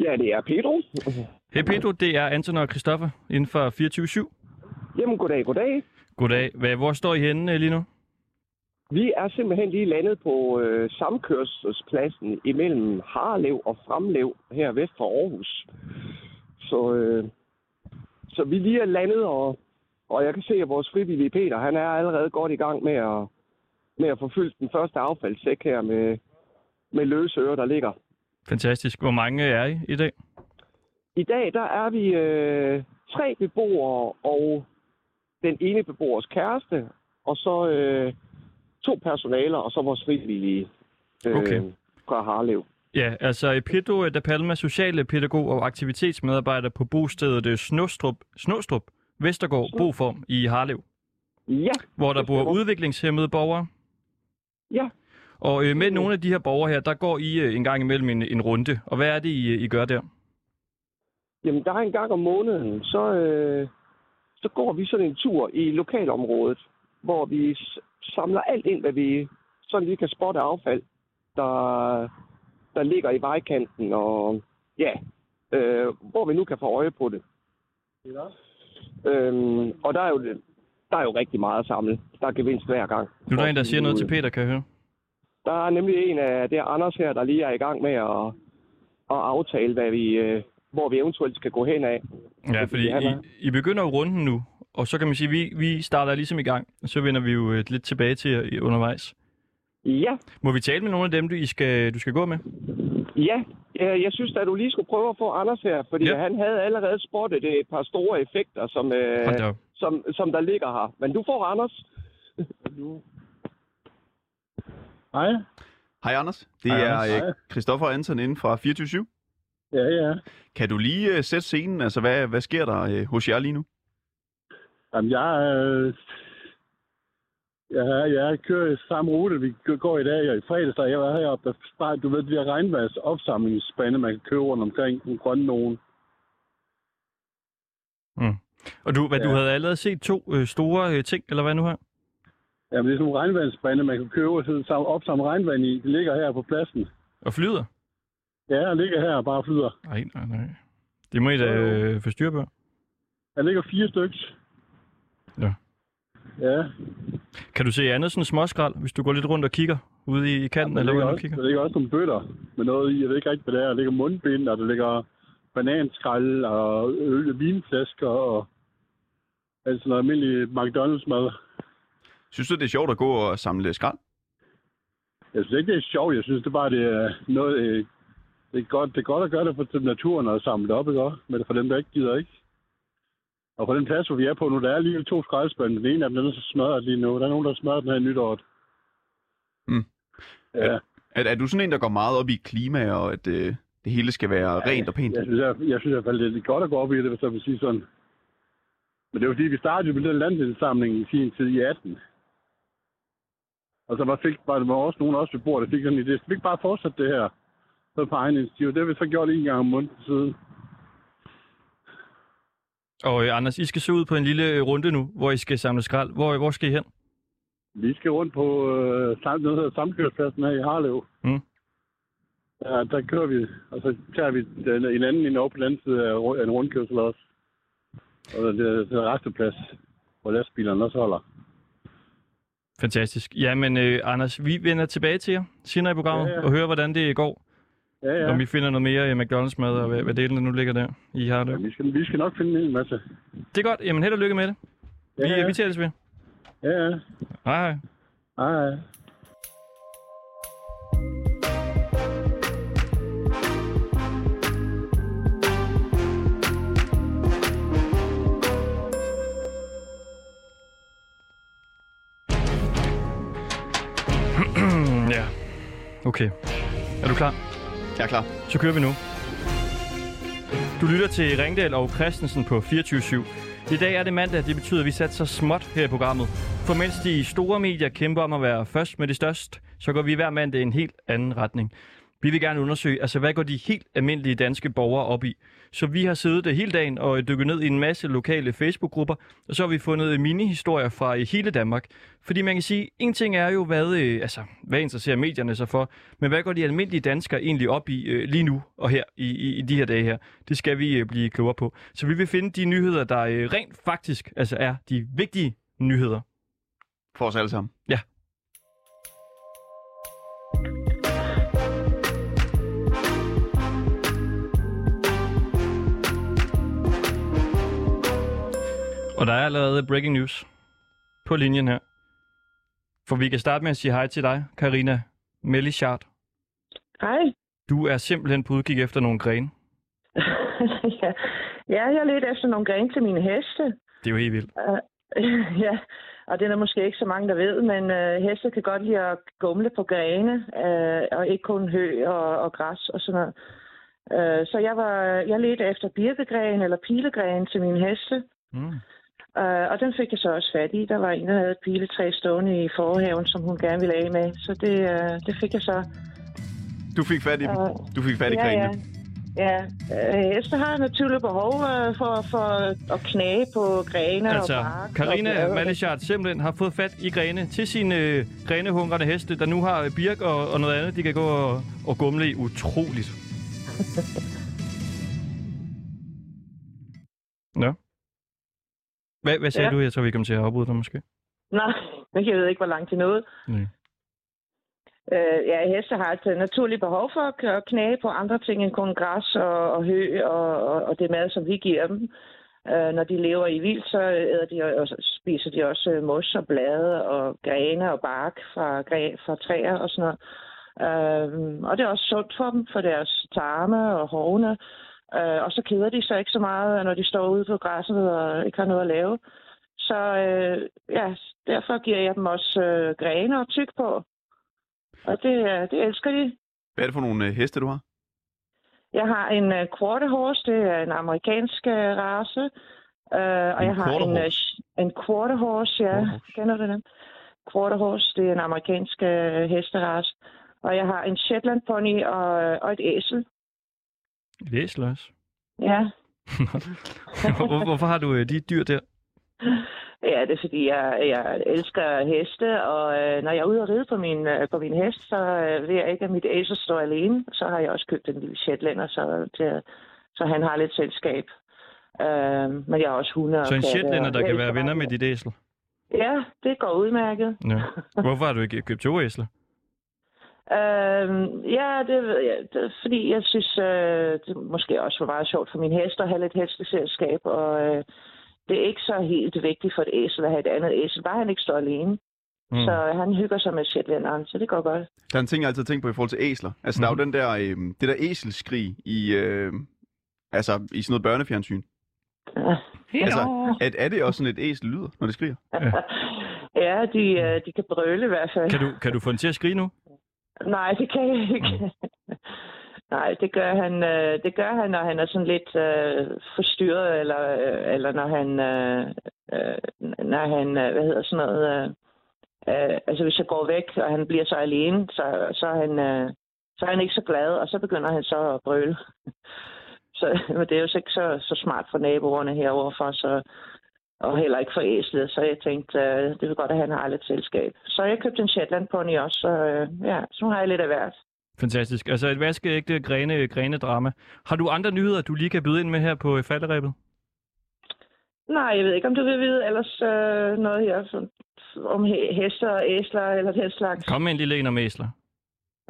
Ja, det er Pedro. Hej Pedro, det er Anton og Christoffer inden for 24-7. Jamen, goddag, goddag. Goddag. Hvad, hvor står I henne øh, lige nu? Vi er simpelthen lige landet på øh, samkørselspladsen imellem Harlev og Fremlev her vest for Aarhus. Så, øh, så vi lige er landet, og, og jeg kan se, at vores frivillige Peter, han er allerede godt i gang med at, med at få fyldt den første affaldssæk her med, med løse ører, der ligger. Fantastisk. Hvor mange er I i dag? I dag, der er vi øh, tre beboere og den ene beboers kæreste, og så øh, to personaler, og så vores frivillige øh, Okay. fra Harlev. Ja, altså Pedro da Palma, sociale øh, pædagog og aktivitetsmedarbejder på bostedet øh, Snostrup, Snostrup Vestergaard Boform i Harlev, Ja, hvor der bor udviklingshemmede borgere. ja. Og øh, med nogle af de her borgere her, der går I øh, en gang imellem en, en runde. Og hvad er det, I, øh, I gør der? Jamen, der er en gang om måneden, så, øh, så går vi sådan en tur i lokalområdet, hvor vi s- samler alt ind, hvad vi sådan lige kan spotte affald, der, der ligger i vejkanten, og ja, øh, hvor vi nu kan få øje på det. Øhm, og der er, jo, der er jo rigtig meget at samle. Der er gevinst hver gang. Nu er der en, der siger noget øh, til Peter, kan jeg høre. Der er nemlig en af det er Anders her, der lige er i gang med at, at aftale, hvad vi, øh, hvor vi eventuelt skal gå hen af. Ja, fordi han I, er- I begynder jo runden nu, og så kan man sige, at vi, vi starter ligesom i gang, og så vender vi jo øh, lidt tilbage til jer i- undervejs. Ja, Må vi tale med nogle af dem, du, I skal, du skal gå med? ja. Øh, Jeg synes, at du lige skulle prøve at få Anders her, fordi Ja. ja. han havde allerede spottet øh, et par store effekter, som, Hold da øh, op. som, som der ligger her. Men du får Anders. Hej. Hej Anders, det Hej, er Anders. øh, Christoffer og Anton inden fra 24 Ja, ja. Kan du lige øh, sætte scenen? Altså, hvad, hvad sker der øh, hos jer lige nu? Jamen, jeg, øh, jeg, jeg kører i samme rute, vi kø- går i dag, og i fredags, der jeg var heroppe, der bare, du ved, de her regnværs opsamlingsspande, man kan købe rundt omkring den grønne nogen. Og du, hvad, du Ja. havde allerede set to øh, store øh, ting, eller hvad nu her? Jamen, det er sådan nogle regnvandsspande, man kan købe og sidde sammen- opsamle regnvand i. Det ligger her på pladsen. Og flyder? Ja, jeg ligger her og bare flyder. Nej, nej, nej. Det må I da øh, få styr på. Der ligger fire stykker. Ja. Ja, Kan du se andet sådan småskrald, hvis du går lidt rundt og kigger ude i, i kanten, der eller ligger, hvor du også, kigger? der ligger også nogle bøtter med noget i. Jeg ved ikke rigtig, hvad det er. Der ligger mundbind, og der ligger bananskrald og øl, og vinflasker og altså noget almindelig McDonald's-mad. Synes du, det er sjovt at gå og samle skrald? Jeg synes ikke, det er sjovt. Jeg synes, det er bare det er noget... øh, Det er, godt, det er godt at gøre det for til naturen og samle det op, ikke? også? Men for dem, der ikke gider, ikke? Og på den plads, hvor vi er på nu, der er lige to skraldespande. Den ene af dem, den er så smadret lige nu. Der er nogen, der har smadret den her i nytåret. Mm. Ja. Er, er du sådan en, der går meget op i klima, og at øh, det hele skal være rent og pænt? Jeg synes, jeg, jeg synes i hvert fald, det er lidt godt at gå op i det, hvis jeg vil sige sådan. Men det var fordi, vi startede jo med den landsindsamling i sin tid i 18. Og så var, fik, var der også nogen også ved bordet, der fik sådan en idé. Skal vi ikke bare fortsætte det her? Så på egen initiativ. Det har vi så gjort en gang om måneden siden. Og øh, Anders, I skal se ud på en lille øh, runde nu, hvor I skal samle skrald. Hvor, hvor skal I hen? Vi skal rundt på øh, sam, noget, der hedder samkørspladsen her i Harlev. Mm. Ja, der kører vi, og så tager vi den, en anden ind over på den anden side af ru- af en rundkørsel også. Og det er, det er resteplads, hvor lastbilerne også holder. Fantastisk. Jamen, øh, Anders, vi vender tilbage til jer senere i programmet Ja, ja. og hører, hvordan det går. Ja, Ja. ja. Om vi finder noget mere i McDonald's-mad, og hvad, hvad delen der nu ligger der i har Ja, det. vi, skal, vi skal nok finde en masse. Det er godt. Jamen, held og lykke med det. Vi, Ja, ja. ja. vi tales ved. Ja, ja. Hej, hej. Ej, ej. Mm, ja. Okay. Er du klar? Jeg er klar. Så kører vi nu. Du lytter til Ringdal og Christensen på 24 I dag er det mandag, det betyder, at vi satte så småt her i programmet. For mens de store medier kæmper om at være først med det største, så går vi hver mandag i en helt anden retning. Vi vil gerne undersøge, altså hvad går de helt almindelige danske borgere op i? Så vi har siddet øh, hele dagen og øh, dykket ned i en masse lokale Facebook-grupper, og så har vi fundet øh, mini-historier fra øh, hele Danmark. Fordi man kan sige, en ting er jo, hvad, øh, altså, hvad interesserer medierne sig for, men hvad går de almindelige danskere egentlig op i øh, lige nu og her i, i, i de her dage her? Det skal vi øh, blive klogere på. Så vi vil finde de nyheder, der øh, rent faktisk altså er de vigtige nyheder. For os alle sammen. Ja. Og der er allerede breaking news på linjen her. For vi kan starte med at sige hej til dig, Karina Mellichard. Hej. Du er simpelthen på udkig efter nogle grene. ja. ja, jeg lidt efter nogle grene til mine heste. Øh, Det er jo helt vildt. ja, og det er der måske ikke så mange, der ved, men øh, heste kan godt lide at gumle på grene, øh, og ikke kun hø og, og græs og sådan noget. Øh, så jeg var jeg ledte efter birkegren eller pilegren til mine heste, Mm. øh, og den fik jeg så også fat i. Der var en, der havde et piletræ stående i forhaven, som hun gerne ville af med, så det, øh, det fik jeg så. Du fik fat i dem. Øh, Du fik fat i grenene. Ja, ja. Øh, heste har naturligt behov øh, for, for at knage på grene og Altså, bark. og blade Karina og- Malichard simpelthen har fået fat i grene til sine øh, grenehungrende heste, der nu har øh, birk og, og noget andet, de kan gå og, og gumle i. Utroligt. Nå. Hvad, hvad sagde ja. Ja. du? Jeg tror, vi kom til at afbryde dig måske. Nej, men jeg ved ikke, hvor langt de nåede. Nej. Øh, ja, heste har et øh, naturligt behov for at k- at knage på andre ting end kun græs og, og hø og, og, og det mad, som vi giver dem. Øh, når de lever i vild, så æder de, og- og så spiser de også øh, mos og blade og grene og bark fra, græ, fra træer og sådan noget. Øh, og det er også sundt for dem, for deres tarme og hovne. Øh, og så keder de sig ikke så meget, når de står ude på græsset og ikke har noget at lave. Så øh, ja, derfor giver jeg dem også øh, grene og tyk på. Og det, øh, det elsker de. Hvad er det for nogle øh, heste, du har? Jeg har en øh, quarter horse, det er en amerikansk øh, race. Øh, og En jeg har quarter en, øh, horse? sh- en quarter horse, ja. Quarter Quarter horse. horse. Kender du den? Quarter horse, det er en amerikansk øh, hesterace. Og jeg har en Shetland pony og, øh, og et æsel. Det er sløs. Ja. Hvor, hvorfor har du øh, de dyr der? Ja, det er fordi, jeg, jeg elsker heste, og øh, når jeg er ude og ride på min, øh, på min hest, så øh, vil jeg ikke, at mit æsel står alene. Så har jeg også købt en lille shetlander, så, til, så han har lidt selskab. Øh, men jeg har også hunde og Så en katte, shetlander, og der jeg kan elsker være venner bare- med dit æsel. Ja, det går udmærket. Ja. Hvorfor har du ikke købt to æsler? Øhm, ja, det ved jeg. Det er, fordi jeg synes, øh, det måske også var meget sjovt for min hest at have lidt hesteselskab, og øh, det er ikke så helt vigtigt for et æsel at have et andet æsel, bare han ikke står alene. Mm. Så han hygger sig med shetlanderen, så det går godt. Der er en ting, jeg altid har tænkt på i forhold til æsler. Altså, mm. der er jo Mhm. den der, øh, det der æselskrig i, øh, altså, i sådan noget børnefjernsyn. Ja. Altså, at, er det også sådan et æsel lyder, når det skriger? Ja, de, øh, de kan brøle i hvert fald. Kan du, kan du få den til at skrige nu? Nej, det kan jeg ikke. Nej, det gør han, øh, det gør han, når han er sådan lidt øh, forstyrret, eller, øh, eller når han, øh, øh, når han øh, hvad hedder sådan noget, øh, øh, altså hvis jeg går væk, og han bliver så alene, så, så, er han, øh, så er han ikke så glad, og så begynder han så at brøle. Så, men det er jo så ikke så, så smart for naboerne heroverfor, så, og heller ikke for æslet, så jeg tænkte, øh, det vil godt, at han har lidt selskab. Så jeg købte en Shetland Pony også, så øh, ja, så nu har jeg lidt af hvert. Fantastisk. Altså et vaskeægte grene, grenedrama. Har du andre nyheder, du lige kan byde ind med her på øh, falderæbet? Nej, jeg ved ikke, om du vil vide ellers øh, noget her som- om he- hester og æsler eller den slags. Kom med en lille en om æsler.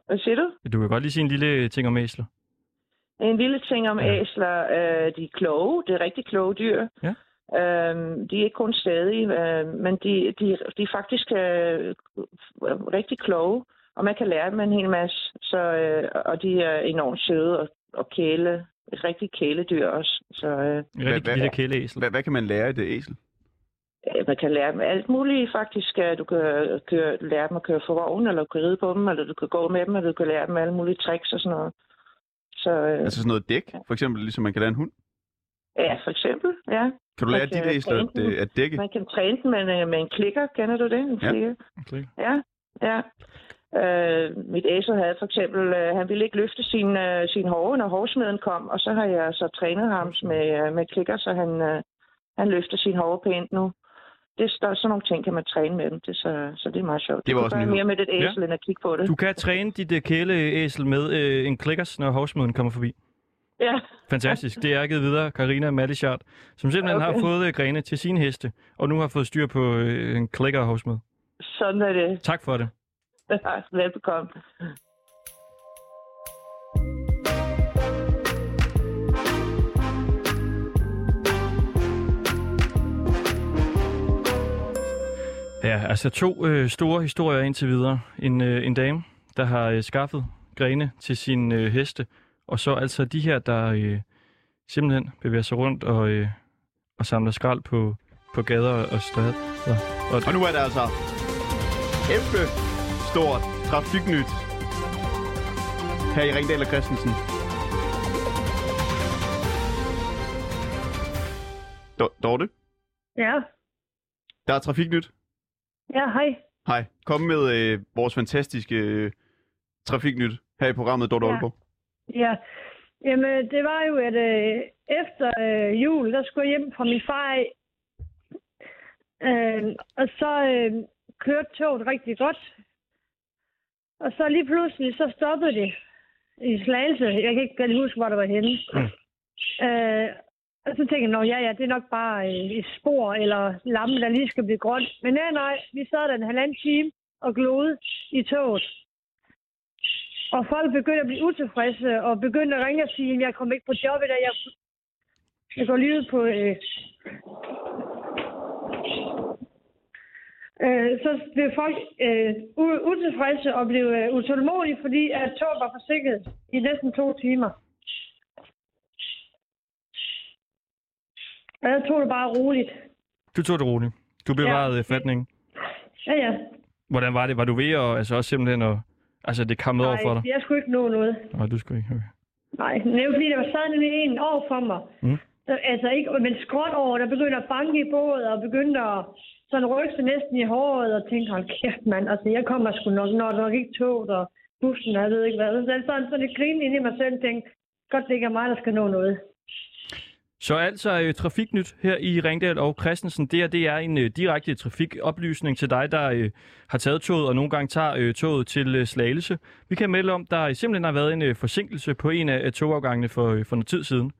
Hvad siger du? Du kan godt lige sige en lille ting om æsler. En lille ting om Ja. ja. æsler. Øh, de er kloge. Det er rigtig kloge dyr. Ja. Øhm, de er ikke kun stadige, øh, men de, de, de er faktisk øh, rigtig kloge, og man kan lære dem en hel masse. Så, øh, og de er enormt søde og, og kæle. Et rigtigt kæledyr også. Så øh, En rigtig hvad- lille kæleæsel. Hvad, hvad kan man lære i det æsel? øh, man kan lære dem alt muligt faktisk. Øh, Du kan køre, lære dem at køre for vogn, eller du kan ride på dem, eller du kan gå med dem, eller du kan lære dem alle mulige tricks og sådan noget. Så øh, Altså sådan noget dæk, for eksempel, ligesom man kan lære en hund. ja, for eksempel, ja. Kan du lære Man kan dit æsler at, træne øh, den. øh, at dække? Man kan træne den med en, med en klikker, kender du det? En Ja. klikker. Klik. Ja, ja. Øh, mit æsel havde for eksempel, øh, han ville ikke løfte sin, øh, sin hove, når hovsmeden kom, og så har jeg så trænet ham med, øh, med klikker, så han, øh, han løfter sin hove pænt nu. Det, der, sådan nogle ting kan man træne med dem, det, er så, så det er meget sjovt. Det var Du også kan en gøre nyhed. mere med det æsel, ja. end at kigge på det. Du kan træne dit øh, kæleæsel med øh, en klikkers, når hovsmeden kommer forbi. Ja. Fantastisk. Det er givet videre Karina Malichard, som simpelthen okay. har Okay. fået øh, grene til sine heste, og nu har fået styr på øh, en klikker og hovsmed. Sådan er det. Tak for det. Velbekomme. Ja, altså to øh, store historier indtil videre. En, øh, en dame, der har øh, skaffet grene til sin øh, heste, og så altså de her, der øh, simpelthen bevæger sig rundt og, øh, og samler skrald på, på gader og stræder. Og, Og nu er der altså kæmpe stort trafiknyt her i Ringdal og Christensen. Do- Dorte, Ja, der er trafiknyt. ja, hej. Hej, kom med øh, vores fantastiske øh, trafiknyt her i programmet Dorte Ja. Aalborg. Ja. Jamen, det var jo, at øh, efter øh, jul, der skulle jeg hjem fra min far af. Øh, og så øh, kørte toget rigtig godt. Og så lige pludselig, så stoppede det i Slagelse. Jeg kan ikke rigtig huske, hvor det var henne. Øh, og så tænkte jeg, nå ja, ja, det er nok bare øh, et spor eller lamme, der lige skal blive grønt. Men nej, nej, vi sad der en halvanden time og gloede i toget. Og folk begyndte at blive utilfredse, og begyndte at ringe og sige, at jeg kom ikke på job i dag, jeg, jeg går lige ud på... Øh. Øh, så blev folk øh, u- utilfredse og blev øh, utålmodige, fordi at toget var forsinket i næsten to timer. Og jeg tog det bare roligt. du tog det roligt. Du bevarede ja. fatningen. Ja, ja. Hvordan var det? Var du ved at altså også simpelthen at... Altså, det kom over for dig? jeg skulle ikke nå noget. Nej, du skulle ikke. Okay. Nej, men det er jo fordi, der var sad nemlig en over for mig. Mm. Der, altså ikke, men skråt over, der begyndte at banke i bådet, og begyndte at sådan rykke sig næsten i håret, og tænke, hold kæft mand, altså jeg kommer sgu nok, når nok ikke toget, og bussen, og jeg ved ikke hvad. Så jeg sådan, sådan et grin ind i mig selv, tænkte, godt det ikke er mig, der skal nå noget. Så altså øh, trafiknyt her i Ringdal og Christensen. Det her det er en øh, direkte trafikoplysning til dig, der øh, har taget toget og nogle gange tager øh, toget til øh, Slagelse. Vi kan melde om, der simpelthen har været en øh, forsinkelse på en af, af togafgangene for, øh, for noget tid siden.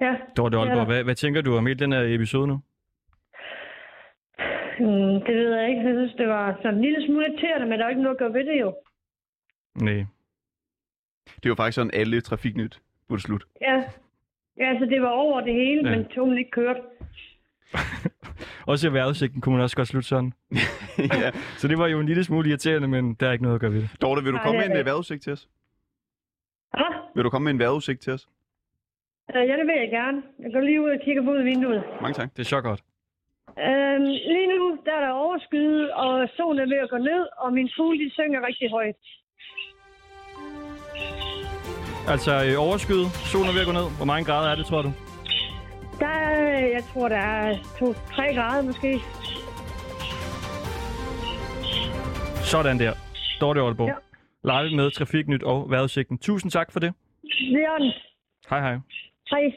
Ja, Dorte Ja. Aalborg, hvad, hvad tænker du om hele den her episode nu? mm, det ved jeg ikke. Jeg synes, det var sådan en lille smule irriterende, men der er jo ikke noget at gøre ved det jo. Nej. Det er jo faktisk sådan, alle trafiknyt burde slutte. Ja, ja altså det var over det hele, Ja. ja. men togen ikke kørte. Også i vejrudsigten kunne man også godt slutte sådan. ja. Så det var jo en lille smule irriterende, men der er ikke noget at gøre ved det. Dorte, vil du Nej, komme det med en er det øh, vejrudsigt til os? Ah, Vil du komme med en vejrudsigt til os? øh, ja, det vil jeg gerne. Jeg går lige ud og kigger på ud af vinduet. Mange tak. Det er så godt. Øhm, lige nu der er der overskyet, og solen er ved at gå ned, og min fugle de synger rigtig højt. Altså øh, overskyet, solen er ved at gå ned. Hvor mange grader er det, tror du? Der er, jeg tror, der er 2-3 grader måske. Sådan der. Dorte Aalborg. Ja. Ja. Live med Trafiknyt og Vejrudsigten. Tusind tak for det. Leon, Hej hej. hej.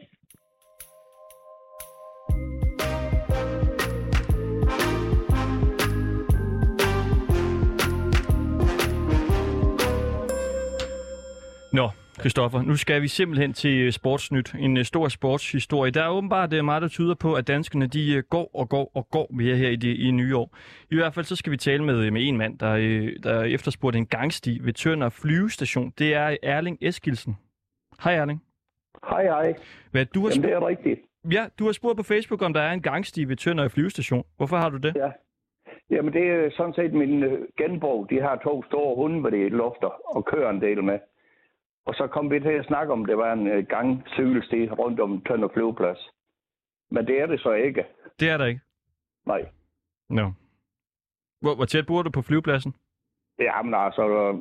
Nå, Christoffer, nu skal vi simpelthen til øh, Sportsnyt. En øh, stor sportshistorie. Der er åbenbart øh, meget, der tyder på, at danskerne de øh, går og går og går mere her i, det, i nye år. I hvert fald så skal vi tale med, øh, med en mand, der, øh, der efterspurgte en gangsti ved Tønder flyvestation. Det er Erling Eskilsen. Hej Erling. Hej, hej. Hvad, du, har Jamen, det spurgt, er rigtigt. ja, du har spurgt på Facebook, om der er en gangsti ved Tønder flyvestation. Hvorfor har du det? Ja. Jamen, det er sådan set min øh, genbrug. De har to store hunde, hvor det lofter og kører en del med. Og så kom vi til at snakke om, at det var en øh, gang cykelsti rundt om Tønder Flyveplads. Men det er det så ikke. Det er der ikke. Nej. Nå. Hvor, hvor tæt bor du på flyvepladsen? Jamen altså, øh,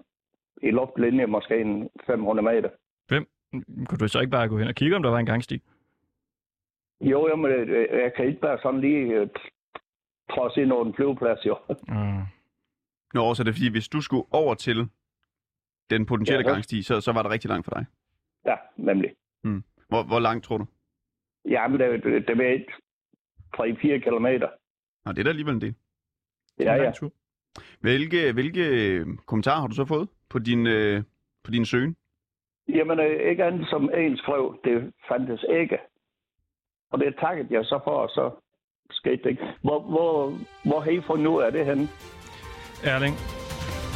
i luftlinje måske en 500 meter. Mm, Kunne du så ikke bare gå hen og kigge, om der var en gangsti? Jo, jamen, øh, jeg kan ikke bare sådan lige øh, trods ind over en flyveplads, jo. Mm. Nå, så er det fordi, hvis du skulle over til den potentielle Ja, så- ja, gangsti, så, så var det rigtig langt for dig. Hmm. Ja, nemlig. Hvor, hvor langt tror du? Jamen, det, det, det ved ikke. 3-4 kilometer. Nå, det er da alligevel en del. Ja, ja. Hvilke, hvilke øh, kommentarer har du så fået på din, øh, på din søgen? Jamen, øh, ikke andet som en skrev, det fandtes ikke. Og det takkede jeg så for, og så skete det ikke. Hvor, hvor, hvor har I fundet ud af det henne? Erling,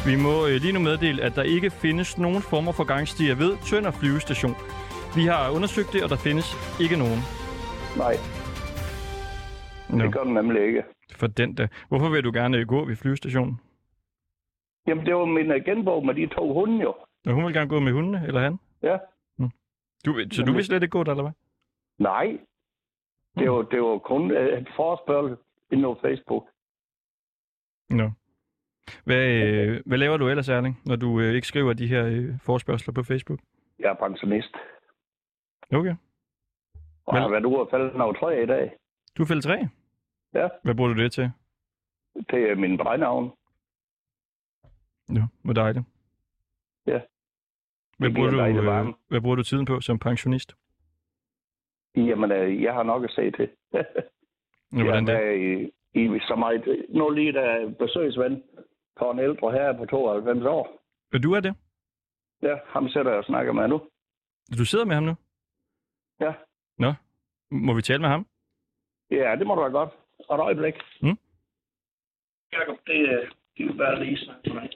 vi må øh, lige nu meddele, at der ikke findes nogen former for gangstier ved Tønder flyvestation. Vi har undersøgt det, og der findes ikke nogen. Nej, No. det gør den nemlig ikke. For den der. Hvorfor vil du gerne øh, gå ved flyvestationen? Jamen, det var min øh, genbo med de to hunde jo. Nå, hun vil gerne gå med hundene, eller han? Ja. Mm. Du, vil- så du vil slet ikke gå der, eller hvad? Nej, det var, det var kun øh, et forspørgsel inde på Facebook. Nå. Hvad, øh, hvad laver du ellers, Erling, når du øh, ikke skriver de her øh, forspørgseler på Facebook? Jeg er pensionist. Okay. Og Men- har været ude og fælde noget træ i dag. Du er fælde 3. Ja. Hvad bruger du det til? Det er min brændavn. Ja, hvor dejligt. Ja. Hvad Det bruger, giver du, dejlig øh, varme. hvad bruger du tiden på som pensionist? Jamen, øh, jeg har nok at se til. Ja, hvordan det? jeg er i, i så meget. Nu lige der besøgsven for en ældre herre på 92 år. Og du er det? Ja, ham sætter jeg og snakker med nu. Du sidder med ham nu? Ja. Nå, må vi tale med ham? Ja, det må du da godt. Og et øjeblik. Mm. Jakob, det, øh, det er bare lige snakke med mig.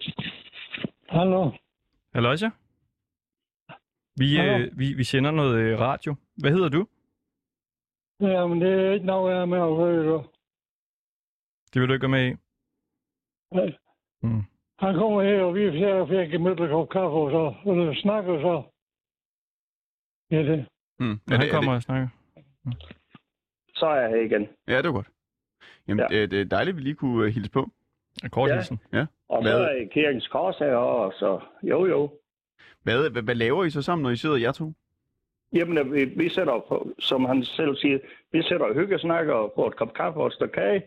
Hallo. Halløjsa? Vi, Hallo. øh, vi, vi sender noget øh, radio. Hvad hedder du? Jamen, det er ikke noget, jeg er med at høre, du. Det vil du ikke være med i. Nej. Mm. Altså, Han kommer her, og vi ser, at jeg kan møde en kop kaffe, og så og så snakker så. Ja, det. Hmm. Når han kommer og snakker. Så er jeg her igen. Ja, det var godt. Jamen, ja. det, det er dejligt, at vi lige kunne uh, hilse på. En Kort Ja. hilsen. Og Hvad? så er jeg kirkens kors herovre, så jo jo. Hvad, hvad, hvad laver I så sammen, når I sidder jer to? Jamen, øh, vi, vi sætter, jo på, som han selv siger, vi sætter og hyggesnakker og får et kop kaffe og et stykke kage.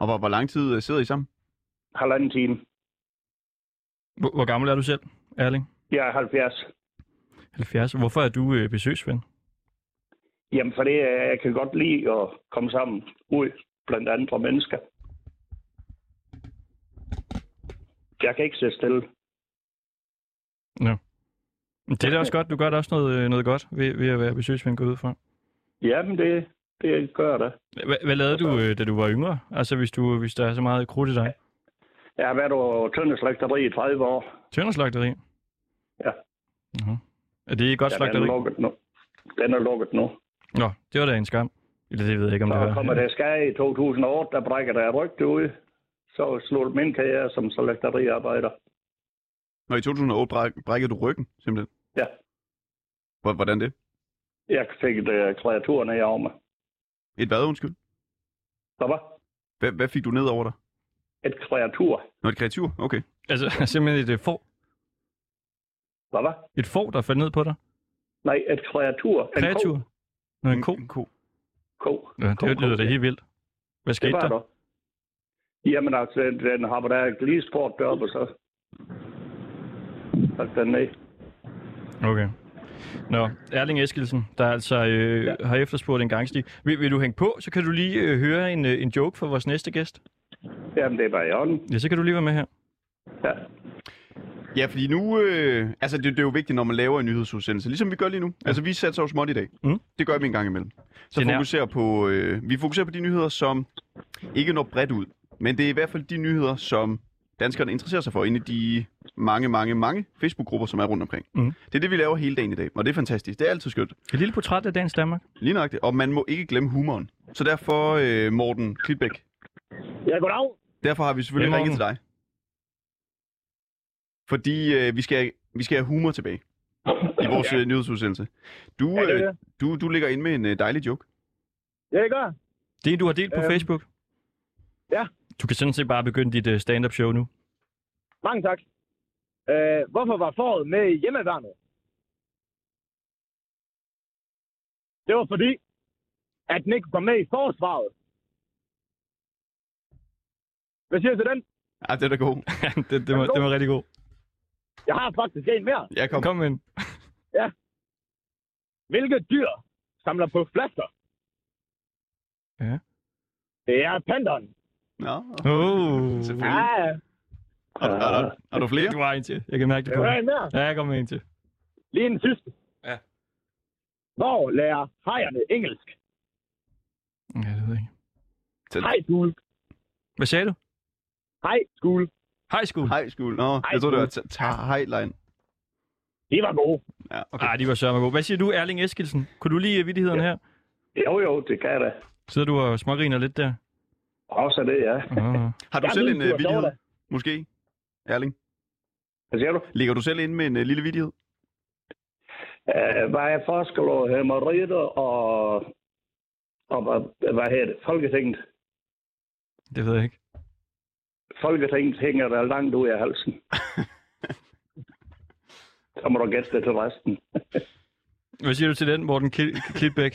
Og hvor, hvor lang tid øh, sidder I sammen? Halvanden time. Hvor, hvor gammel er du selv, Erling? Jeg er 70. 70. Hvorfor er du øh, besøgsven? Jamen, for det er, jeg kan godt lide at komme sammen ud blandt andre mennesker. Jeg kan ikke sidde stille. Men Det er da også godt. Du gør da også noget, øh, noget godt ved, ved at være besøgsven, gå ud fra. Jamen, det, det gør det. Hvad, hvad lavede du, øh, da du var yngre? Altså, hvis, du, hvis der er så meget krudt i dig. Jeg har været over tøndeslagteri i 30 år. Tønderslagteri? Ja. Nå. Er det et godt ja, den er slagteri? lukket nu. Den er lukket nu. Nå, det var da en skam. Eller det ved jeg ikke, om det Så var. kommer der skade i 2008, der brækker der rygt ud. Så slutter min karriere som slagteriarbejder. Når i 2008 bræk, brækkede du ryggen, simpelthen. Ja. Hvor, hvordan det? Jeg fik et uh, kreatur ned over mig. Et hvad, undskyld? Der var Hvad, hvad fik du ned over dig? et kreatur. Nå, et kreatur? Okay. Altså, simpelthen et øh, får. Der var? Et får, der faldt ned på dig. Nej, et kreatur. En Kreatur. Nå, en ko. En ko. Ko. Ja, det ko, ko, lyder da ja. helt vildt. Hvad skete Det var der? der. Jamen altså, den, den hopper der lige sport deroppe, og så... Så den ned. Okay. Nå, Erling Eskilsen, der altså øh, ja. har efterspurgt en gangstig. Vil, vil du hænge på, så kan du lige øh, høre en, øh, en joke fra vores næste gæst. Jamen, det var i orden. Ja, så kan du lige være med her. Ja. Ja, fordi nu... Øh, altså, det, det er jo vigtigt, når man laver en nyhedsudsendelse, ligesom vi gør lige nu. Ja. Altså, vi satser jo småt i dag. Mm. Det gør vi en gang imellem. Det Så er nær. fokuserer på, øh, vi fokuserer på de nyheder, som ikke når bredt ud. Men det er i hvert fald de nyheder, som danskerne interesserer sig for, inde i de mange, mange, mange Facebook-grupper, som er rundt omkring. Mm. Det er det, vi laver hele dagen i dag, og det er fantastisk. Det er altid skønt. Et lille portræt af dagens Danmark. Lige nøjagtigt. Og man må ikke glemme humoren. Så derfor, øh, Morten Klitbæk, Ja, goddag. derfor har vi selvfølgelig Hej, ringet til Morten. dig. Fordi øh, vi, skal, vi skal have humor tilbage i vores ja. nyhedsudsendelse. Du, Ja, det er øh, du, du ligger inde med en øh, dejlig joke. Ja, det gør. Det er en, du har delt på Øhm, Facebook. ja. Du kan sådan set bare begynde dit øh, stand-up show nu. Mange tak. Øh, hvorfor var foråret med i hjemmeværnet? Det var fordi, at den ikke kom med i forsvaret. Hvad siger du til den? Ah, det er da god. det, det, var, det var rigtig god. Jeg har faktisk en mere. Jeg kom. Kom ind. Hvilke dyr samler på flasker? Ja. Det er panderen. Nå, Oh. selvfølgelig. Ja, Er, du- er, der, er du flere? Du har en til. Jeg kan mærke det det på var dig. en mere. Ja, jeg kommer med en til. Lige en sidste. Ja. Hvor lærer hejerne engelsk? Ja, det ved jeg ikke. Hej, school. Hvad sagde du? Hej, school. High school. Hej, skuld. Nå, jeg troede, det var ta- ta- hejlejen. Det var gode. Ja, okay. Okay. Ah, de var sørme gode. Hvad siger du, Erling Eskilsen? Kunne du lide vidtigheden ja. her? Jo, jo, det kan jeg da. Sidder du og smågriner lidt der? Også det, ja. Uh. Har du Jeg selv ved, en du uh, er vidighed? dårlig. Måske? Erling? Hvad siger du? Ligger du selv ind med en uh, lille vidighed? Øh, Hvad er forskel på hæmmeritter og, og hvad- hvad hedder det? Folketinget. Det ved jeg ikke. Folketinget hænger der langt ud af halsen. Så må du gætte det til resten. Hvad siger du til den, Morten Kil- Klitbæk?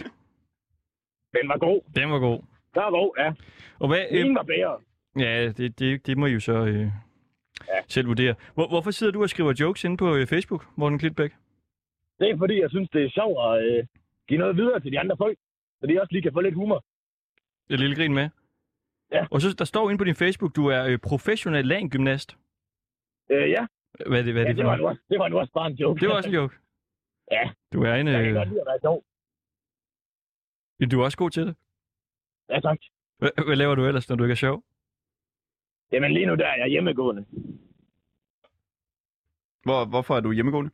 Den var god. Den var god. Den var god, ja. Og hvad, øh, Den var bedre. ja, det, det, det må I jo så øh, ja. selv vurdere. Hvor, hvorfor sidder du og skriver jokes inde på øh, Facebook, Morten Klitbæk? Det er fordi, jeg synes, det er sjovt at øh, give noget videre til de andre folk, så de også lige kan få lidt humor. Et lille grin med? Ja. Og så der står inde på din Facebook, du er øh, professionel langgymnast. Øh, ja, Hvad er det, hvad er ja det det, for var nu noget? også, det var nu også bare en joke. Det var også en joke. Ja. Du er en, Jeg kan godt øh, lide at være sjov. du er også god til det. Ja, tak. Hvad, hvad laver du ellers, når du ikke er sjov? Jamen lige nu der er jeg hjemmegående. Hvor, hvorfor er du hjemmegående?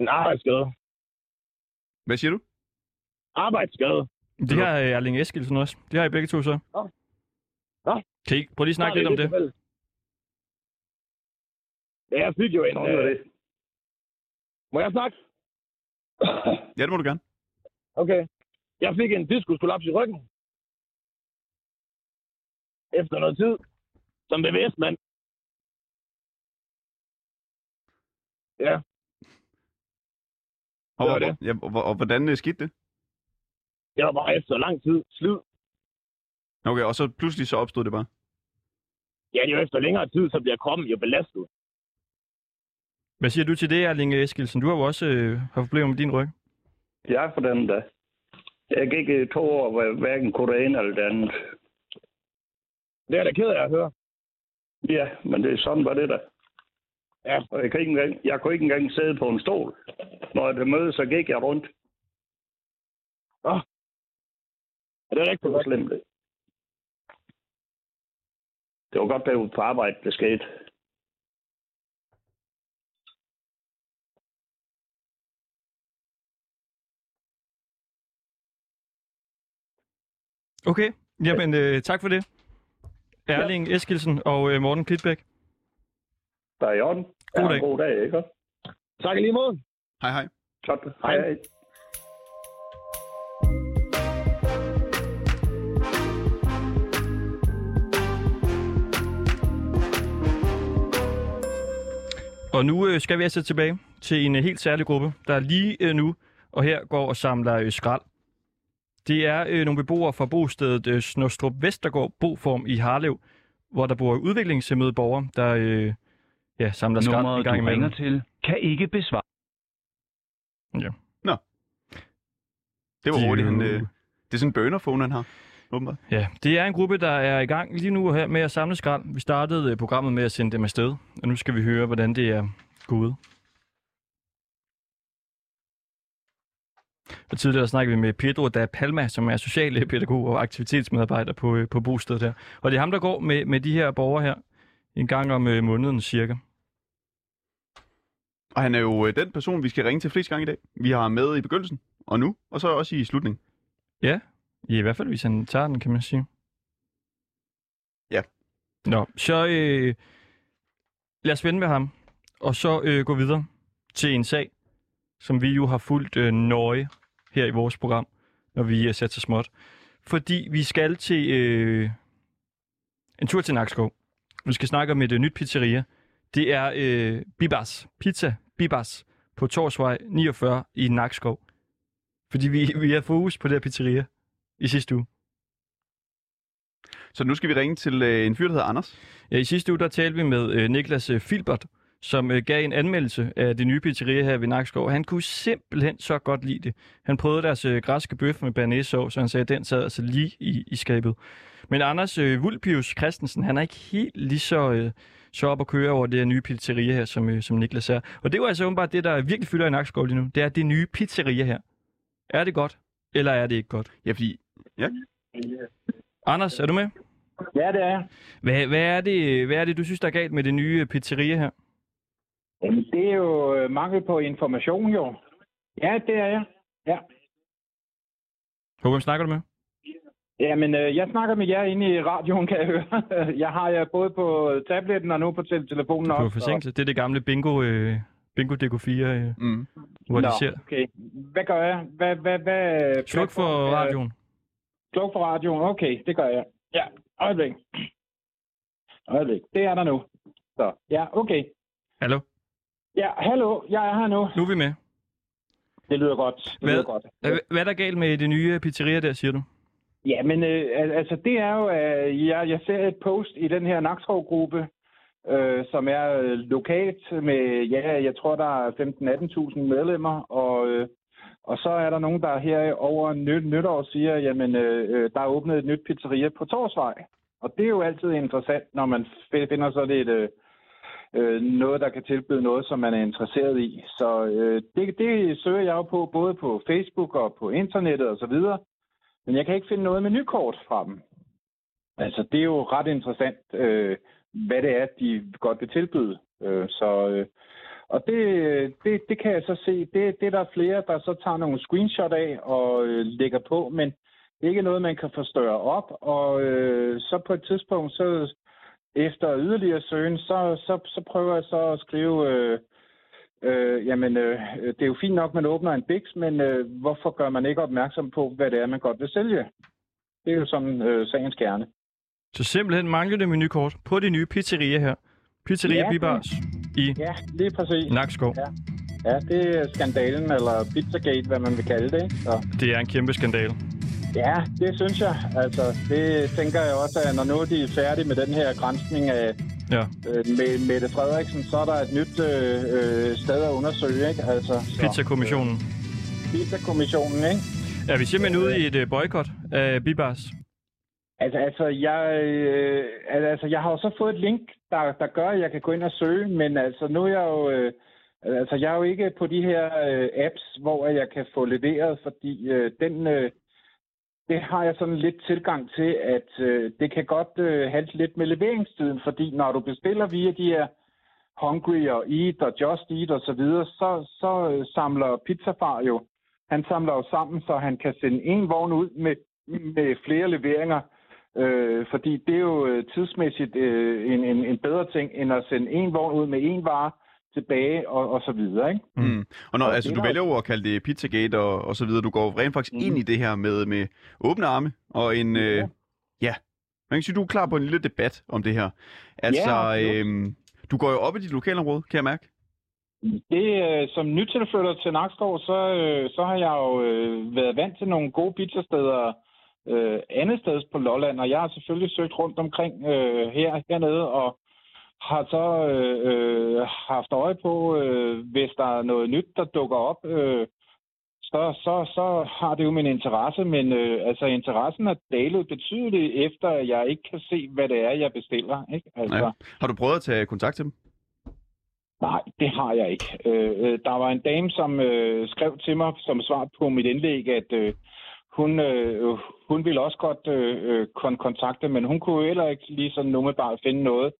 En arbejdsskade. Hvad siger du? Arbejdsskade. Det har øh, Erling Eskilsen også. Det har I begge to så. Nå. Nå. Kan I, ikke- prøv lige at snakke Så er lidt om det. tilfælde. Ja, jeg fik jo en... Sådan er Øh, det. må jeg snakke? Ja, det må du gerne. Okay. Jeg fik en diskusprolaps i ryggen. Efter noget tid. Som bevidstmand. Ja, Og, Det var det. Ja, og, og, og hvordan øh, skete det? jeg var bare efter lang tid slid. Okay, og så pludselig så opstod det bare. Ja, det er jo efter længere tid, så bliver kroppen jo belastet. Hvad siger du til det, Erling Eskilsen? Du har jo også øh, haft problemer med din ryg. Ja, for den da. Jeg gik i to år, hvor hverken kunne det ene eller det andet. Det er jeg da ked af at høre. Ja, men det er sådan, var det der. Ja. Og jeg, kan ikke engang, jeg kunne ikke engang sidde på en stol. Når det møde, så gik jeg rundt. Det er Det rigtig var godt. slemt. Det var godt, det var på arbejde, det skete. Okay, jamen øh, tak for det. Erling Eskilsen og øh, Morten Klitbæk. Der er i orden. God Ja, dag. God dag, ikke? Tak i lige måde. Hej, hej. Godt. Hej. Hej. Og nu øh, skal vi altså tilbage til en øh, helt særlig gruppe, der lige øh, nu og her går og samler øh, skrald. Det er øh, nogle beboere fra bostedet øh, Snostrup Vestergaard Boform i Harlev, hvor der bor udviklingshemmede borgere, der øh, ja, samler skrald en gang imellem. til, kan ikke besvare. Det var De er hurtigt. jo- Han, øh, det er sådan en burnerphone, han har. Åbenbart. Ja, det er en gruppe, der er i gang lige nu her med at samle skrald. Vi startede øh, programmet med at sende dem afsted, og nu skal vi høre, hvordan det er gået. Og tidligere snakkede vi med Pedro da Palma, som er socialpædagog og aktivitetsmedarbejder på, øh, på bostedet her. Og det er ham, der går med, med de her borgere her en gang om øh, måneden cirka. Og han er jo øh, den person, vi skal ringe til flest gange i dag. Vi har med i begyndelsen, og nu, og så også i slutningen. Ja, i hvert fald, hvis han tager den, kan man sige. Ja. Nå, så øh, lad os vende med ham, og så øh, gå videre til en sag, som vi jo har fulgt øh, nøje her i vores program, når vi er sat så småt. Fordi vi skal til øh, en tur til Nakskov. Vi skal snakke om et øh, nyt pizzeria. Det er øh, Bibas. Pizza Bibas på Torsvej 49 i Nakskov. Fordi vi, vi har fokus på det her pizzeria i sidste uge. Så nu skal vi ringe til øh, en fyr, der hedder Anders. Ja, I sidste uge der talte vi med øh, Niklas øh, Filbert, som øh, gav en anmeldelse af det nye pizzeria her ved Nakskov. Han kunne simpelthen så godt lide det. Han prøvede deres øh, græske bøf med bearnaisesauce, så han sagde, at den sad altså lige i, i skabet. Men Anders øh, Vulpius Christensen, han er ikke helt lige så, øh, så op at køre over det her nye pizzeria her, som, øh, som Niklas er. Og det var altså åbenbart det, der virkelig fylder i Nakskov lige nu. Det er det nye pizzeria her. Er det godt, eller er det ikke godt? Ja, fordi... Ja. Anders, er du med? Ja, det er Hvad, hvad, er det, hvad er det, du synes, der er galt med det nye øh, pizzeria her? Jamen, det er jo øh, mangel på information, jo. Ja, det er jeg. Ja. Håber, hvem snakker du med? Jamen, øh, jeg snakker med jer inde i radioen, kan jeg høre. Jeg har jer både på tabletten og nu på te- telefonen Du også. er forsinket. Det er det gamle bingo, øh, bingo DK4, øh, mm. hvor Nå, de ser. okay. Hvad gør jeg? Hvad, hvad, hvad, øh, Sluk for radioen. Sluk for radioen, okay, det gør jeg. Ja, øjeblik. Øjeblik, det er der nu. Så, ja, okay. Hallo? Ja, hallo, jeg er her nu. Nu er vi med. Det lyder godt. Det lyder godt. Hvad, hvad er der galt med det nye øh, pizzeria der, siger du? Ja, men øh, al- altså det er jo, at jeg, jeg ser et post i den her Nakskov-gruppe, øh, som er øh, lokalt med, ja, jeg tror der er 15-18.000 medlemmer, og, øh, og så er der nogen, der her over nyt, nytår siger, jamen øh, øh, der er åbnet et nyt pizzeria på Torsvej. Og det er jo altid interessant, når man f- finder sådan et, øh, øh, noget, der kan tilbyde noget, som man er interesseret i. Så øh, det, det søger jeg jo på, både på Facebook og på internettet osv., men jeg kan ikke finde noget menukort fra dem. Altså, det er jo ret interessant, øh, hvad det er, de godt vil tilbyde. Øh, så, øh, og det, det, det kan jeg så se, det, det er der flere, der så tager nogle screenshot af og øh, lægger på, men det er ikke noget, man kan forstørre op. Og øh, så på et tidspunkt, så efter yderligere søgen, så, så, så prøver jeg så at skrive... Øh, Øh, jamen, øh, det er jo fint nok, man åbner en biks, men øh, hvorfor gør man ikke opmærksom på, hvad det er, man godt vil sælge? Det er jo sådan øh, sagens kerne. Så simpelthen mangler det menukort på det nye pizzeria her. Pizzeria Ja, ja, det- Bibars i Ja, lige præcis. Nakskov. Ja. Ja, det er skandalen, eller pizzagate, hvad man vil kalde det. ikke? Så, Det er en kæmpe skandale. ja, det synes jeg. Altså, det tænker jeg også, at når nu de er færdige med den her granskning af Ja. øh, Me- Mette Frederiksen, så er der et nyt øh, øh, sted at undersøge, ikke? Altså, så- Pizzakommissionen. Pizzakommissionen, ikke? Er vi simpelthen ude i et øh, boykot af Bibars? Altså, altså, jeg, øh, al- altså, jeg har jo så fået et link, der, der gør, at jeg kan gå ind og søge, men altså, nu er jeg jo, øh, altså, jeg er jo ikke på de her øh, apps, hvor jeg kan få leveret, fordi øh, den, øh, det har jeg sådan lidt tilgang til, at øh, det kan godt øh, halte lidt med leveringstiden, fordi når du bestiller via de her Hungry og Eat og Just Eat og så videre, så, så øh, samler Pizzafar jo, han samler jo sammen, så han kan sende en vogn ud med, med flere leveringer, øh, fordi det er jo øh, tidsmæssigt øh, en, en, en bedre ting, end at sende en vogn ud med en vare tilbage og, og så videre, ikke? Mm. Og når, Og altså, det du er der- vælger jo at kalde det Pizzagate og, og så videre. Du går jo rent faktisk Mm. mm. ind i det her med, med åbne arme og en... Øh, ja, man kan sige, du er klar på en lille debat om det her. Altså, absolut. ja, øhm, du går jo op i dit lokalområde, kan jeg mærke. Det, øh, som nytilflytter til Nakskov, så, øh, så har jeg jo øh, været vant til nogle gode pizzasteder øh, andet sted på Lolland, og jeg har selvfølgelig søgt rundt omkring øh, her hernede, og har så øh, øh, haft øje på, øh, hvis der er noget nyt, der dukker op, øh, så, så, så har det jo min interesse, men øh, altså interessen er dalet betydeligt, efter at jeg ikke kan se, hvad det er, jeg bestiller. Ikke? Altså, Ja. Har du prøvet at tage kontakt til dem? Nej, det har jeg ikke. Øh, øh, der var en dame, som øh, skrev til mig som svar på mit indlæg, at øh, hun, øh, hun ville også godt øh, øh, kon- kontakte, men hun kunne jo heller ikke lige sådan umiddelbart finde noget.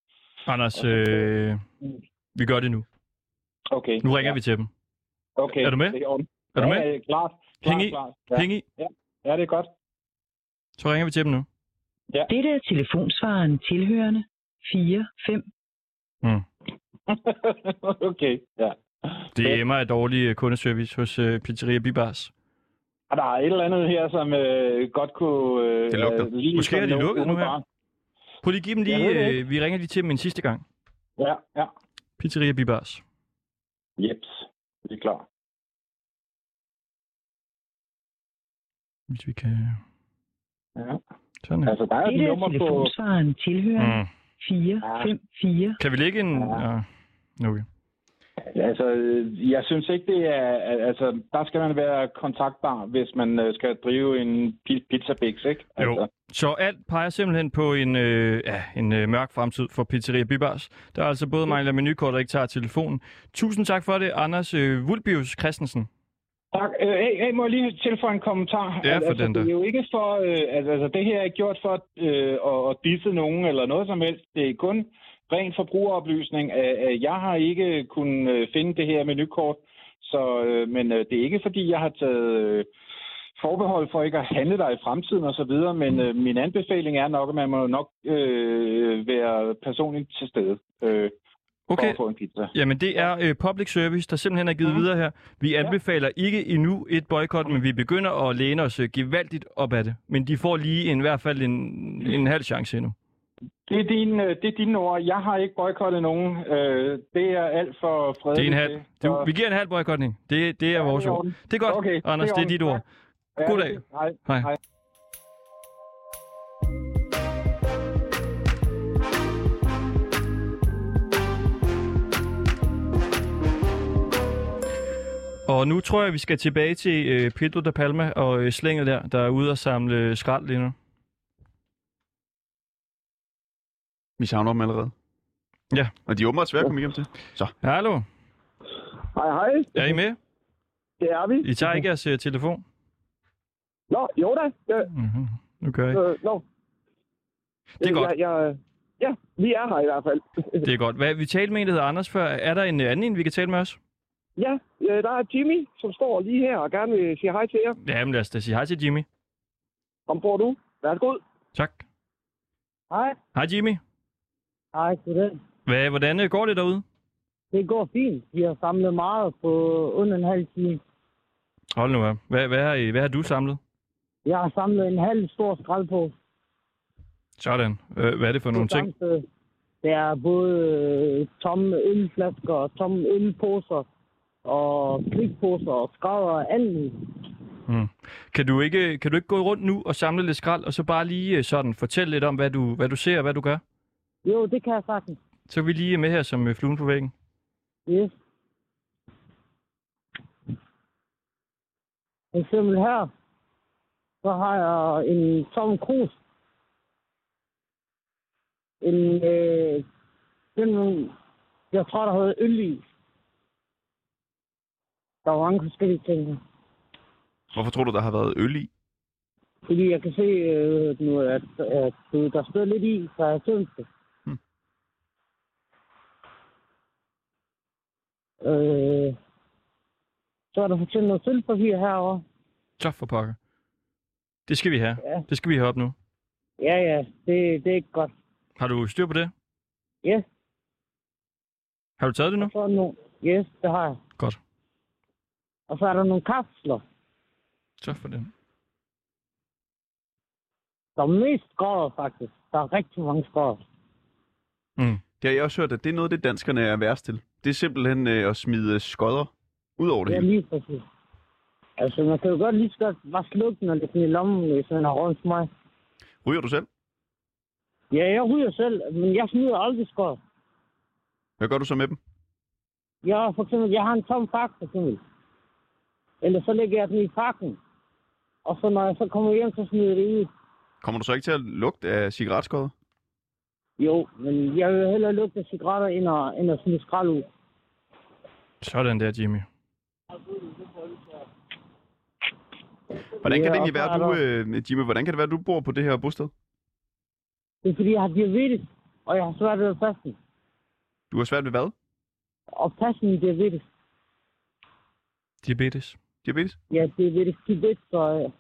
Anders, øh, vi gør det nu. Okay. Nu ringer ja, vi til dem. Okay. Er du med? Det er, orden. Er du Ja, med? ja, klart. klart, Hæng i. klart. Ja. Hæng i. ja, det er godt. Så ringer vi til dem nu. Dette er telefonsvaren tilhørende 4, 5. okay, ja. Det emmer af dårlig øh, kundeservice hos øh, Pizzeria Bibars. Og der er et eller andet her, som øh, godt kunne... Øh, Det lugter. øh, lige Måske er sådan de lukket nu her. umiddelbart. Prøv lige at give dem Jeg ved det lige, ikke. øh, vi ringer lige til dem en sidste gang. Ja, ja. Pizzeria Bibars. Jeps, det er klart. Hvis vi kan... Ja. Sådan. Altså, der er et Dette nummer er på... telefonsvaren tilhørende Mm. 454. Kan vi lægge en... Ja. Okay. Altså, øh, jeg synes ikke, det er... al- Altså, der skal man være kontaktbar, hvis man øh, skal drive en pi- pizzabix, ikke? Altså, Jo. Så alt peger simpelthen på en, øh, ja, en øh, mørk fremtid for Pizzeria Bibars. Der er altså både mangler menukort og ikke tager telefonen. Tusind tak for det, Anders øh, Vulbius Christensen. Tak. Øh, hey, hey, må jeg lige tilføje en kommentar? Ja, for altså, den der. Det er jo ikke for... Øh, altså, altså, det her er ikke gjort for øh, at, at disse nogen eller noget som helst. Det er kun ren forbrugeroplysning. Øh, øh, jeg har ikke kunnet øh, finde det her menukort, så, øh, men øh, det er ikke, fordi jeg har taget... Øh, forbehold for ikke at handle dig i fremtiden og så videre, men øh, min anbefaling er nok, at man må nok øh, være personligt til stede øh, for Okay. at få en pizza. Jamen, det er øh, public service, der simpelthen er givet Mhm. mm. videre her. Vi anbefaler ikke endnu et boykot, men vi begynder at læne os øh, gevaldigt op ad det. Men de får lige en, i hvert fald en, en halv chance endnu. Det er, din, øh, det er dine ord. Jeg har ikke boykottet nogen. Øh, det er alt for Det er fredeligt. en halv. Du, vi giver en halv boykotning. Det, det er vores det er i ord. orden. Det er godt, Okay, det er Anders. i Det er orden. dit ord. Ja, God det er dag. fint. Hej. Hej. Hej. Og nu tror jeg, vi skal tilbage til øh, Pedro da Palma og øh, Slænget der, der er ude og samle øh, skrald lige nu. Vi savner dem allerede. Ja. Og de er åbenbart svære at komme igennem til. Så. Hallo, Hej, hej. er I med? Det er vi. I tager ikke jeres øh, telefon? Nå, jo da. Ja, Mm-hmm. Nu gør jeg. øh, nå. Det er godt. Jeg, jeg, ja, vi er her i hvert fald. Det er godt. Hvad, vi talte med en, der hedder Anders før. Er der en øh, anden, en, vi kan tale med os? ja, øh, der er Jimmy, som står lige her og gerne vil sige hej til jer. Jamen lad os da sige hej til Jimmy. Kom får du. Værsgo. Tak. Hej. Hej Jimmy. Hej, goddag. Hvad, hvordan øh, går det derude? Det går fint. Vi har samlet meget på under en halv time. Hold nu op. Hvad, hvad, har, I, hvad har du samlet? Jeg har samlet en halv stor skraldpose. Sådan. Øh, hvad er det for nogle Det er ting? samme sted. Det er både øh, tomme ølflasker, og tomme ølposer, og klikposer og skraver og alt muligt. Mm. Kan, du ikke, øh, kan du ikke gå rundt nu og samle lidt skrald, og så bare lige øh, sådan fortælle lidt om, hvad du, hvad du ser og hvad du gør? Jo, det kan jeg sagtens. Så er vi lige med her som øh, fluen på væggen. Yes. For eksempel her, så har jeg en tom krus. En, øh, den, jeg tror, der havde øl i. Der var mange forskellige ting. Hvorfor tror du, der har været øl i? Fordi jeg kan se øh, nu, at, at øh, der stod lidt i, så jeg tømte det. Hmm. Øh, så er der for eksempel noget sølvpapir herovre. Så for pokker. Det skal vi have. Ja. Det skal vi have op nu. Ja, ja, det, det er ikke godt. Har du styr på det? Ja, Har du taget det nu? så er der nogle... Yes, det har jeg. Godt. Og så er der nogle kapsler. Så for det. Der er mest skår, faktisk. Der er rigtig mange skår. Mm. Det har jeg også hørt, at det er noget, det danskerne er værst til. Det er simpelthen øh, at smide skodder ud over det Ja, hele. lige præcis. Altså, man kan jo godt lige så godt bare slukke den og lægge den i lommen, hvis man har rundt mig. Ryger du selv? Ja, jeg ryger selv, men jeg smider aldrig skår. Hvad gør du så med dem? Jeg, for eksempel, jeg har en tom pakke, for eksempel. Eller så lægger jeg den i pakken. Og så når jeg så kommer hjem, så smider jeg det ud. Kommer du så ikke til at lugte af cigaretskodder? Jo, men jeg vil hellere lugte af cigaretter, end at, end at smide skrald ud. Sådan der, Jimmy. Hvordan kan Ja, det egentlig være, og så du, er øh, Jimmy, hvordan kan det være, du bor på det her bosted? Det er fordi, jeg har diabetes, og jeg har svært ved at passe den. Du har svært ved hvad? Og passe min diabetes. Diabetes. Diabetes? Ja, diabetes type 1, så, øh,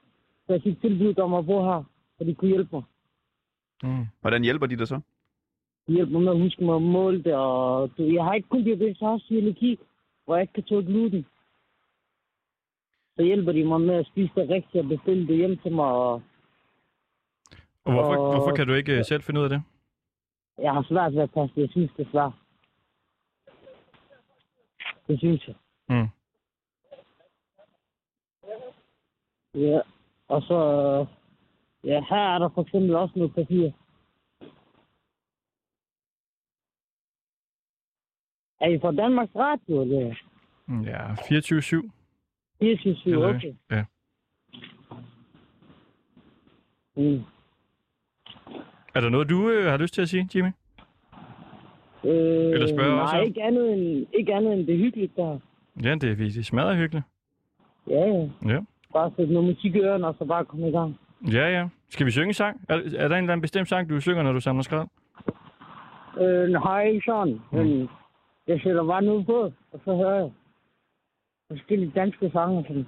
så jeg fik tilbudt om at bo her, så de kunne hjælpe mig. Mm. Hvordan hjælper de dig så? De hjælper mig med at huske mig at måle det, og du, jeg har ikke kun diabetes, jeg har også allergi, hvor jeg ikke kan tåle gluten. Så hjælper de mig med at spise det rigtige og bestille det hjem til mig, og Og hvorfor, Og- hvorfor kan du ikke øh, selv finde ud af det? jeg har svært ved at passe det. Jeg synes, det er svært. Det synes jeg. Mm. Ja, og så... øh, Ja, her er der for eksempel også noget papir. Er I fra Danmarks Radio, eller? Ja, 24-7. Det synes vi Eller- okay. Ja. Mm. Er der noget, du øh, har lyst til at sige, Jimmy? Øh, Eller spørger jeg nej, også om? ikke andet, end, ikke andet end det er hyggeligt der. Ja, det er virkelig smadret hyggeligt. Ja, ja. Ja. Bare sætte noget musik i ørerne, og så bare komme i gang. Ja, ja. Skal vi synge en sang? Er, er der en eller anden bestemt sang, du synger, når du samler skrald? Øh, nej, ikke sådan. Mm. Men jeg sætter bare noget på, og så hører jeg forskellige danske sange. og Sådan.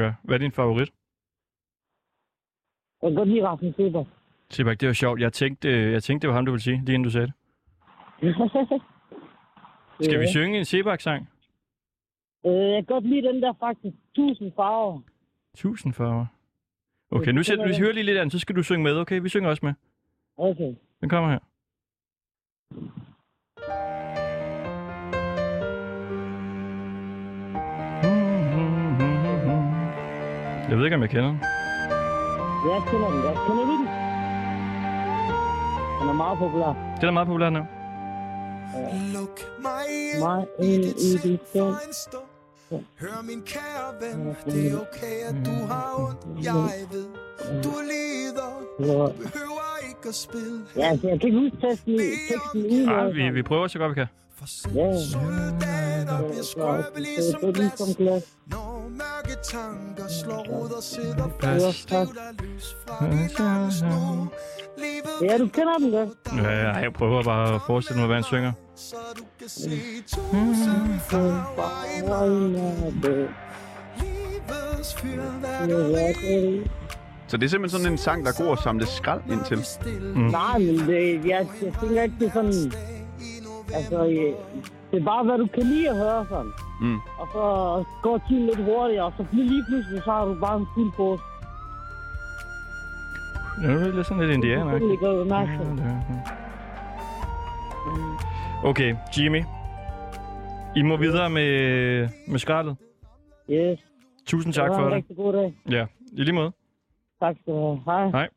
Ja. Hvad er din favorit? Jeg kan godt lide Rasmus Seber. Sebak, det var sjovt. Jeg tænkte, øh, jeg tænkte, det var ham, du ville sige, lige inden du sagde det. Skal vi Ja. synge en Sebak-sang? Øh, jeg kan godt lide den der faktisk. Tusind farver. Tusind farver. Okay, nu sætter vi hører lige lidt andet, så skal du synge med, okay? Vi synger også med. Okay. Den kommer her. Jeg ved ikke, om jeg kender den. Ja, Jeg kender den godt. Kender du den? Den er meget populær. Den er meget populær nu. Luk mig Mig ind i dit i sind dit for sind. en stund. Hør min kære ven, det er okay, at du har ondt. Jeg ved, du lider. Du behøver ikke at spille. Ja, altså, jeg kan ikke huske testen i teksten i Ej, vi, vi prøver så godt, vi kan. Ja, Soldater bliver skrøbelige som det er glas. ligesom glas. Når mørke tanker slår rod og sidder Pas. fast. Driv dig løs fra dit lange snor. Livet Ja, du kender den godt. Ja, ja, jeg prøver bare at forestille mig, hvad han synger. så du kan se tusind farver i mørket. Livets fyrværkeri Så det er simpelthen sådan en sang, der er god at samle skrald ind til. Mm. Nej, men det, jeg, jeg tænker ikke, det er sådan... Altså, øh, det er bare, hvad du kan lide at høre sådan. Mm. Og så går tiden lidt hurtigere, og så bliver lige pludselig, så har du bare en fuld på. Ja, det er lidt sådan lidt indianer, Det ikke? gør du mærke. Okay, Jimmy. I må videre med, med skraldet. Yes. Tusind tak Ha' for en det. rigtig god dag. Ja, i lige måde. Tak skal du have. Hej. Hej.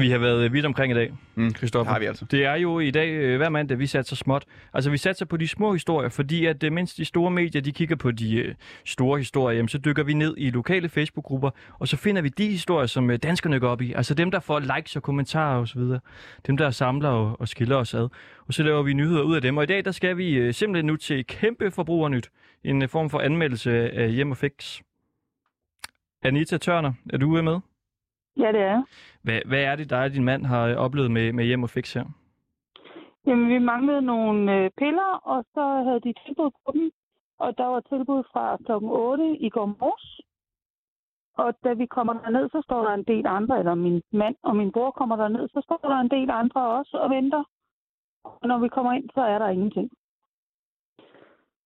Vi har været øh, vidt omkring i dag, mm, Christoffer. det har vi altså. Det er jo i dag øh, hver mandag, vi satser småt. Altså, vi satser på de små historier, fordi at øh, mens de store medier, de kigger på de øh, store historier, jamen, så dykker vi ned i lokale Facebook-grupper, og så finder vi de historier, som øh, danskerne går op i. Altså dem, der får likes og kommentarer osv. Dem, der samler og, og skiller os ad. Og så laver vi nyheder ud af dem. Og i dag, der skal vi øh, simpelthen nu til kæmpe forbrugernyt. En øh, form for anmeldelse af hjem og fix. Anita Tørner, er du øh, med? Ja, det er. Hvad, hvad er det, dig og din mand har øh, oplevet med, med hjem og fix her? Jamen, vi manglede nogle øh, piller, og så havde de tilbud på dem. Og der var tilbud fra kl. 8 i går morges. Og da vi kommer derned, så står der en del andre, eller min mand og min bror kommer derned, så står der en del andre også og venter. Og når vi kommer ind, så er der ingenting.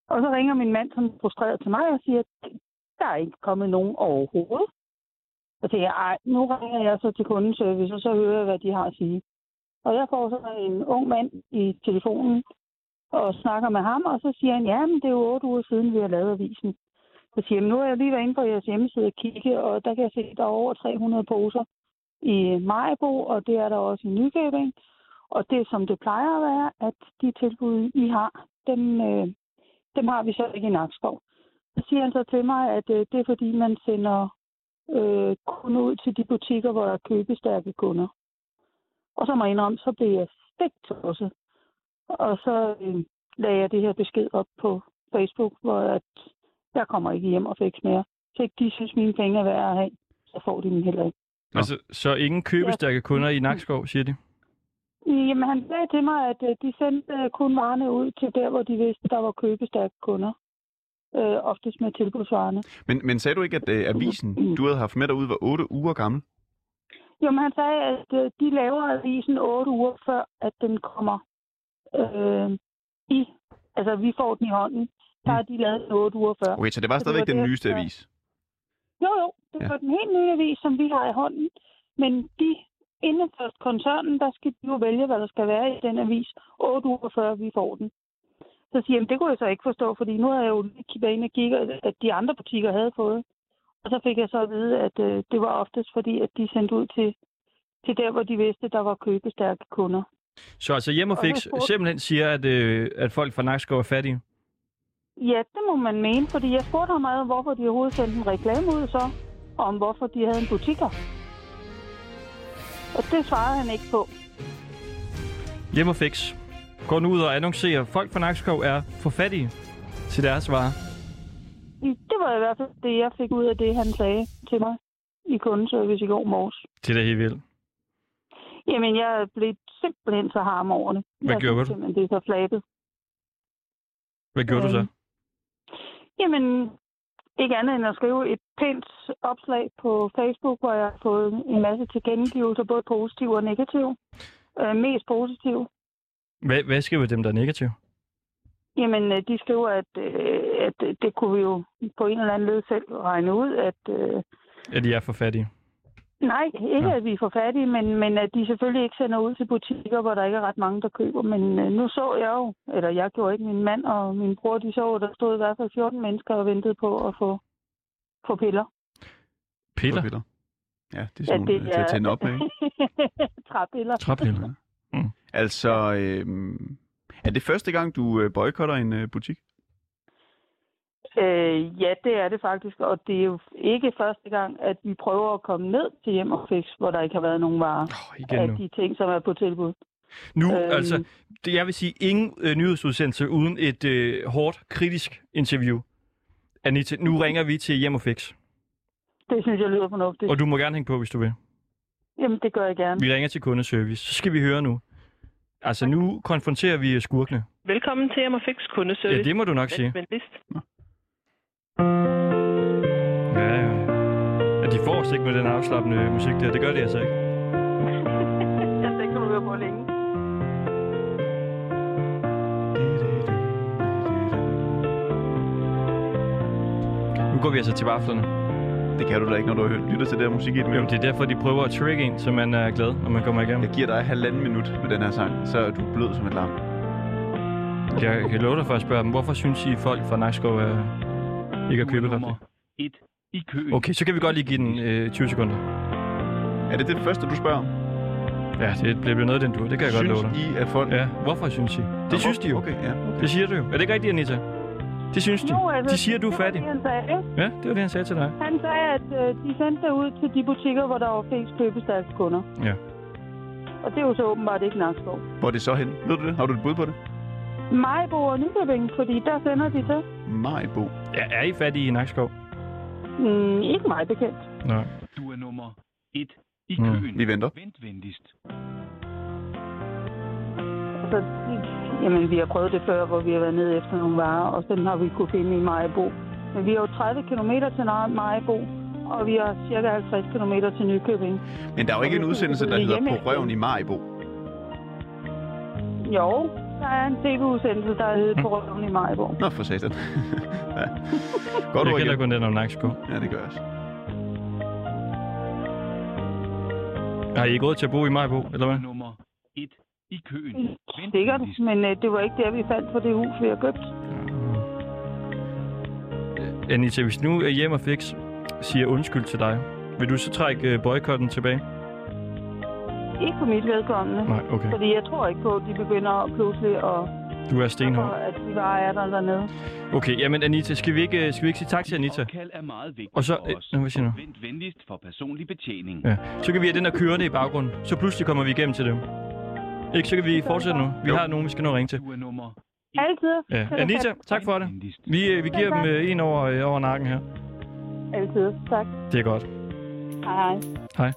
Og så ringer min mand sådan frustreret til mig og siger, at der er ikke kommet nogen overhovedet. Og tænker, jeg, ej, nu ringer jeg så til kundeservice, og så hører jeg, hvad de har at sige. Og jeg får så en ung mand i telefonen og snakker med ham, og så siger han, ja, men det er jo otte uger siden, vi har lavet avisen. Så siger han, nu er jeg lige været inde på jeres hjemmeside og kigge, og der kan jeg se, at der er over 300 poser i Majbo, og det er der også i Nykøbing. Og det, som det plejer at være, at de tilbud, I har, dem, øh, dem har vi så ikke i Nakskov. Så siger han så til mig, at øh, det er fordi, man sender øh, kun ud til de butikker, hvor der er købestærke kunder. Og så må jeg indrømme, så blev jeg stegtosset. Og så øh, lagde jeg det her besked op på Facebook, hvor at jeg kommer ikke hjem og fik mere. Så ikke de synes, mine penge er værd at have, så får de dem heller ikke. Altså, så ingen købestærke kunder i Nakskov, siger de? Jamen, han sagde til mig, at øh, de sendte øh, kun varerne ud til der, hvor de vidste, der var købestærke kunder. Øh, oftest med tilbudsvarerne. Men, men sagde du ikke, at øh, avisen, du havde haft med derude, var 8 uger gammel? Jo, men han sagde, at øh, de laver avisen otte uger før, at den kommer øh, i. Altså, vi får den i hånden. Der har de lavet den otte uger før. Mm. Okay, så det var Så stadigvæk den det, nyeste ja. avis. Jo, jo. Det Ja. var den helt nye avis, som vi har i hånden. Men de inden for koncernen, der skal de jo vælge, hvad der skal være i den avis, 8 uger før vi får den. Så siger jeg, "Jamen, det kunne jeg så ikke forstå, fordi nu havde jeg jo lige været inde og kigge, at de andre butikker havde fået. Og så fik jeg så at vide, at øh, det var oftest fordi, at de sendte ud til, til der, hvor de vidste, der var købestærke kunder. Så altså Hjem og Og Fix nu spurgte- simpelthen siger, at, øh, at folk fra Nakskov er fattige. Ja, det må man mene, fordi jeg spurgte ham meget, hvorfor de overhovedet sendte en reklame ud så, og om hvorfor de havde en butikker. Og det svarede han ikke på. Hjem og Fix går nu ud og annoncerer, at folk fra Nakskov er for fattige til deres varer. Det var i hvert fald det, jeg fik ud af det, han sagde til mig i kundeservice i går morges. Det er da helt vildt. Jamen, jeg blev simpelthen så harm over det. Hvad jeg gjorde synes du? simpelthen, det er så flabet. Hvad gjorde du så? Jamen, ikke andet end at skrive et pænt opslag på Facebook, hvor jeg har fået en masse tilkendegivelser, både positive og negative. Øh, mest positive. Hvad, hvad skriver dem, der er negative? Jamen, øh, de skriver, at, øh, at det kunne vi jo på en eller anden led selv regne ud, at øh, At de er for fattige. nej, ikke at vi er for fattige, men, men at de selvfølgelig ikke sender ud til butikker, hvor der ikke er ret mange, der køber. Men øh, nu så jeg jo, eller jeg gjorde ikke, min mand og min bror, de så, at der stod i hvert fald 14 mennesker og ventede på at få, få piller. Piller? Piller. Ja, det er sådan ja, det, til at tænde op med, ikke? Træpiller. Træpiller. Mm. Altså, øhm, er det første gang, du øh, boykotter en øh, butik? Øh, ja, det er det faktisk, og det er jo ikke første gang, at vi prøver at komme ned til hjem og fix, hvor der ikke har været nogen varer oh, igen af nu. de ting, som er på tilbud. Nu, Øhm. øhm. altså, det, jeg vil sige, ingen øh, nyhedsudsendelse uden et øh, hårdt, kritisk interview. Anita, nu ringer vi til Hjem og Fix. Det synes jeg lyder fornuftigt. Og du må gerne hænge på, hvis du vil. Jamen, det gør jeg gerne. Vi ringer til kundeservice. Så skal vi høre nu. Altså, nu konfronterer vi skurkene. Velkommen til Amafix kundeservice. Ja, det må du nok sige. Men vist. Ja, ja. ja de får os ikke med den afslappende musik der. Det gør de altså ikke. Jeg tænker, du høre på længe. Nu går vi altså til vaflerne. Det kan du da ikke, når du lytter til det her musik i et Jamen, det er derfor, de prøver at trigge en, så man er glad, når man kommer igennem. Jeg giver dig halvanden minut med den her sang, så er du blød som et lam. Jeg kan love dig for at spørge dem, hvorfor synes I folk fra Nakskov er... ikke at købe Et i køen. Okay, så kan vi godt lige give den øh, 20 sekunder. Oh. Er det det første, du spørger om? Ja, det bliver noget af den tur. Det kan jeg godt Synes love dig. I, at folk... Ja, hvorfor synes I? Det Nå, synes de jo. Okay, ja. Det siger du jo. Er det ikke rigtigt, Anita? Det synes de. Jo, altså, de siger, du er det var fattig. det, Han sagde, Ja, det var det, han sagde til dig. han sagde at øh, de sendte sig ud til de butikker, hvor der var flest købestærke kunder. Ja. Og det er jo så åbenbart ikke Nakskov. Hvor er det så hen? Ved du det? Har du et bud på det? Mm. Majbo og Nykøbing, fordi der sender de til. Majbo. Ja, er I fattige i Nakskov? Mm, ikke mig bekendt. Nej. Du er nummer et i Mm. køen. Vi venter. Vent venligst. Altså, jamen, vi har prøvet det før, hvor vi har været nede efter nogle varer, og den har vi kunne finde i Majbo. Men vi er jo 30 km til Majbo, og vi har cirka 50 km til Nykøbing. Men der er jo ikke en udsendelse, der hedder Hjemme. På røven i Maribo. Jo, der er en tv-udsendelse, der hedder På Røven i Majbo. Nå, for satan. ja. Godt Jeg ord kender igen. kun den om Nakskov. Ja, det gør jeg også. Har I ikke råd til at bo i Majbo, eller hvad? Nummer et i køen. Mm, Sikkert, men øh, det var ikke der, vi faldt for det hus, vi har købt. Anita, hvis nu er Hjem og Fix siger undskyld til dig, vil du så trække øh, boykotten tilbage? Ikke for mit vedkommende. Nej, okay. Fordi jeg tror ikke på, at de begynder at pludselig at, Du er stenhård. at de bare er der dernede. Okay, jamen Anita, skal vi ikke, øh, skal vi ikke sige tak til Anita? Kald er meget vigtigt Og så, for os. øh, hvad siger du? Vent venligst for personlig betjening. Ja. Så kan vi have den der kørende i baggrunden. Så pludselig kommer vi igennem til dem. Ikke, så kan vi fortsætte nu. Vi har nogen, vi skal nå at ringe til. Altid. Ja. Anita, tak for det. Vi, øh, vi giver dem øh, en over, øh, over nakken her. Altid, tak. Det er godt. Hej, hej. Hej.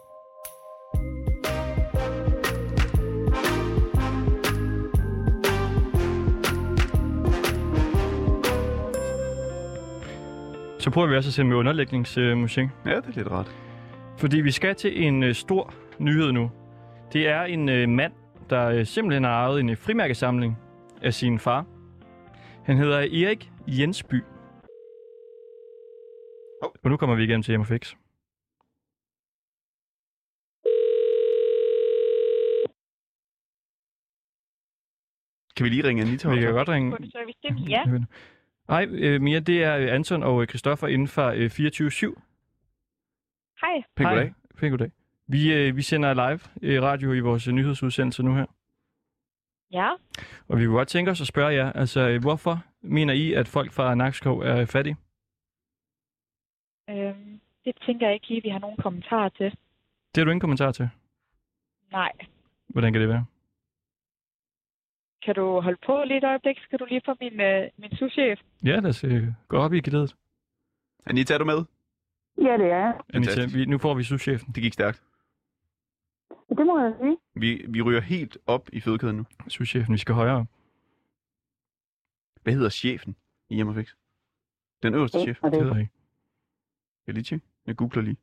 Så prøver vi også at sende med underlægningsmusik. Ja, det er lidt rart. Fordi vi skal til en øh, stor nyhed nu. Det er en øh, mand, der øh, simpelthen har ejet en øh, frimærkesamling af sin far. Han hedder Erik Jensby. Oh. Og nu kommer vi igennem til MFX. Kan vi lige ringe Anita? Vi kan også? godt ringe. service. Det er ja. Hej, øh, Mia, det er øh, Anton og øh, Christoffer inden for øh, 24-7. Hej. Hej. Pæn goddag. Vi, øh, vi sender live øh, radio i vores øh, nyhedsudsendelse nu her. Ja. Og vi kunne godt tænke os at spørge jer, altså øh, hvorfor mener I, at folk fra Nakskov er fattige? Øhm, det tænker jeg ikke lige, vi har nogen kommentarer til. Det har du ingen kommentar til. Nej. Hvordan kan det være? Kan du holde på lige et øjeblik? Skal du lige få min, øh, min souschef? Ja, lad os øh, gå op i gededet. Anita, er du med? Ja, det er jeg. Anita, vi, nu får vi souschefen. Det gik stærkt. Det må jeg sige. Vi, vi ryger helt op i fødekæden nu. Souschefen, vi skal højere. Hvad hedder chefen i Hjemmefix? Den øverste Det chef? er det. Det hedder jeg ikke. Jeg lige tjekke. Jeg googler lige.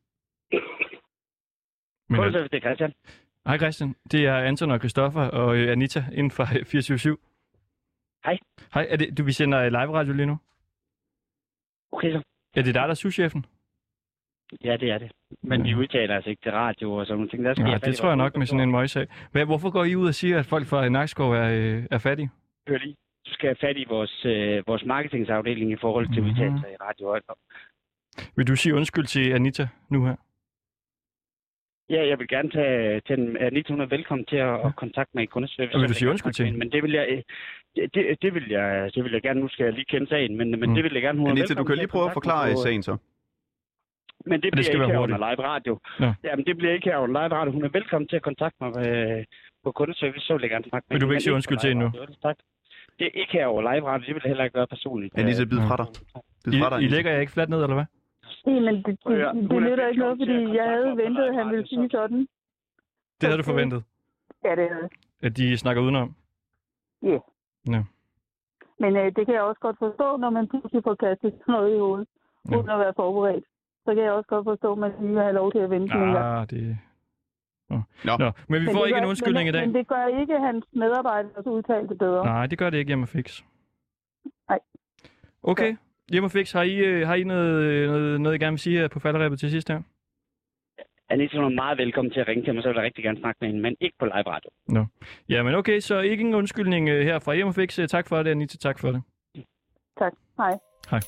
Men, øh, det er Christian. Hej Christian, det er Anton og Christoffer og øh, Anita inden for 24-7. Hej. Hej, er det, du, vi sender øh, live radio lige nu. Okay så. Er det dig, der er souschefen? Ja, det er det. Men de udtaler altså ikke til radio og sådan nogle ting. Der skal Ja, jeg det tror jeg nok med sådan en møgssag. Men hvorfor går I ud og siger, at folk fra Nakskov er, øh, er fattige? Hør lige. Du skal have fat i vores, øh, vores marketingsafdeling i forhold til Mhm. mm-hmm. udtalelser i radio. og- Vil du sige undskyld til Anita nu her? Ja, jeg vil gerne tage, tage den, Anita, hun er velkommen til at, at kontakte mig i kundeservice. Og vil Altså, du sige undskyld til hende? Men det vil jeg, øh, det, det, det, vil jeg, det vil jeg gerne, nu skal jeg lige kende sagen, men, men Mhm. Mm. det vil jeg gerne, hun er Anita, velkommen du kan til lige prøve at kontakte mig forklare på- øh, sagen så. Men det, det bliver skal ikke være her hurtigt. under live radio. Nå. Jamen, det bliver ikke her under live radio. Hun er velkommen til at kontakte mig øh, på kundeservice, så vil jeg gerne snakke med Men du vil hende, ikke sige på undskyld live til hende nu? radio. Ellers Tak. Det er ikke her over live radio. Det vil jeg heller ikke gøre personligt. Anita, bid fra dig. Bid fra dig, I, I Anita. lægger jeg ikke fladt ned, eller hvad? Jamen, det, det, at høre, hun det er nytter ikke velkommen noget, til at fordi jeg havde ventet, at han ville sige sådan. Det havde du forventet, Ja, det havde jeg. at de snakker udenom. Ja. Ja. Men øh, det kan jeg også godt forstå, når man pludselig får kastet sådan noget i hovedet, ja. uden at være forberedt. Så kan jeg også godt forstå, at man lige vil have lov til at vente en gang. Ah, det... Nå. Nå. Men vi Men får det ikke en gør- undskyldning i men, dag. Men det gør ikke hans medarbejderes udtalte bedre. Nej, det gør det ikke hjemme fix. Nej. Okay. Hjemme fix, har I, øh, har I noget, noget, noget, I gerne vil sige her på falderæbet til sidst her? Anita, hun er meget velkommen til at ringe til mig, så vil jeg rigtig gerne snakke med hende, men ikke på live radio. Nå. Jamen okay, så ikke en undskyldning øh, her fra Hjemme fix. Øh, Tak for det, Anita. Tak for det. Tak. Hej. Hej.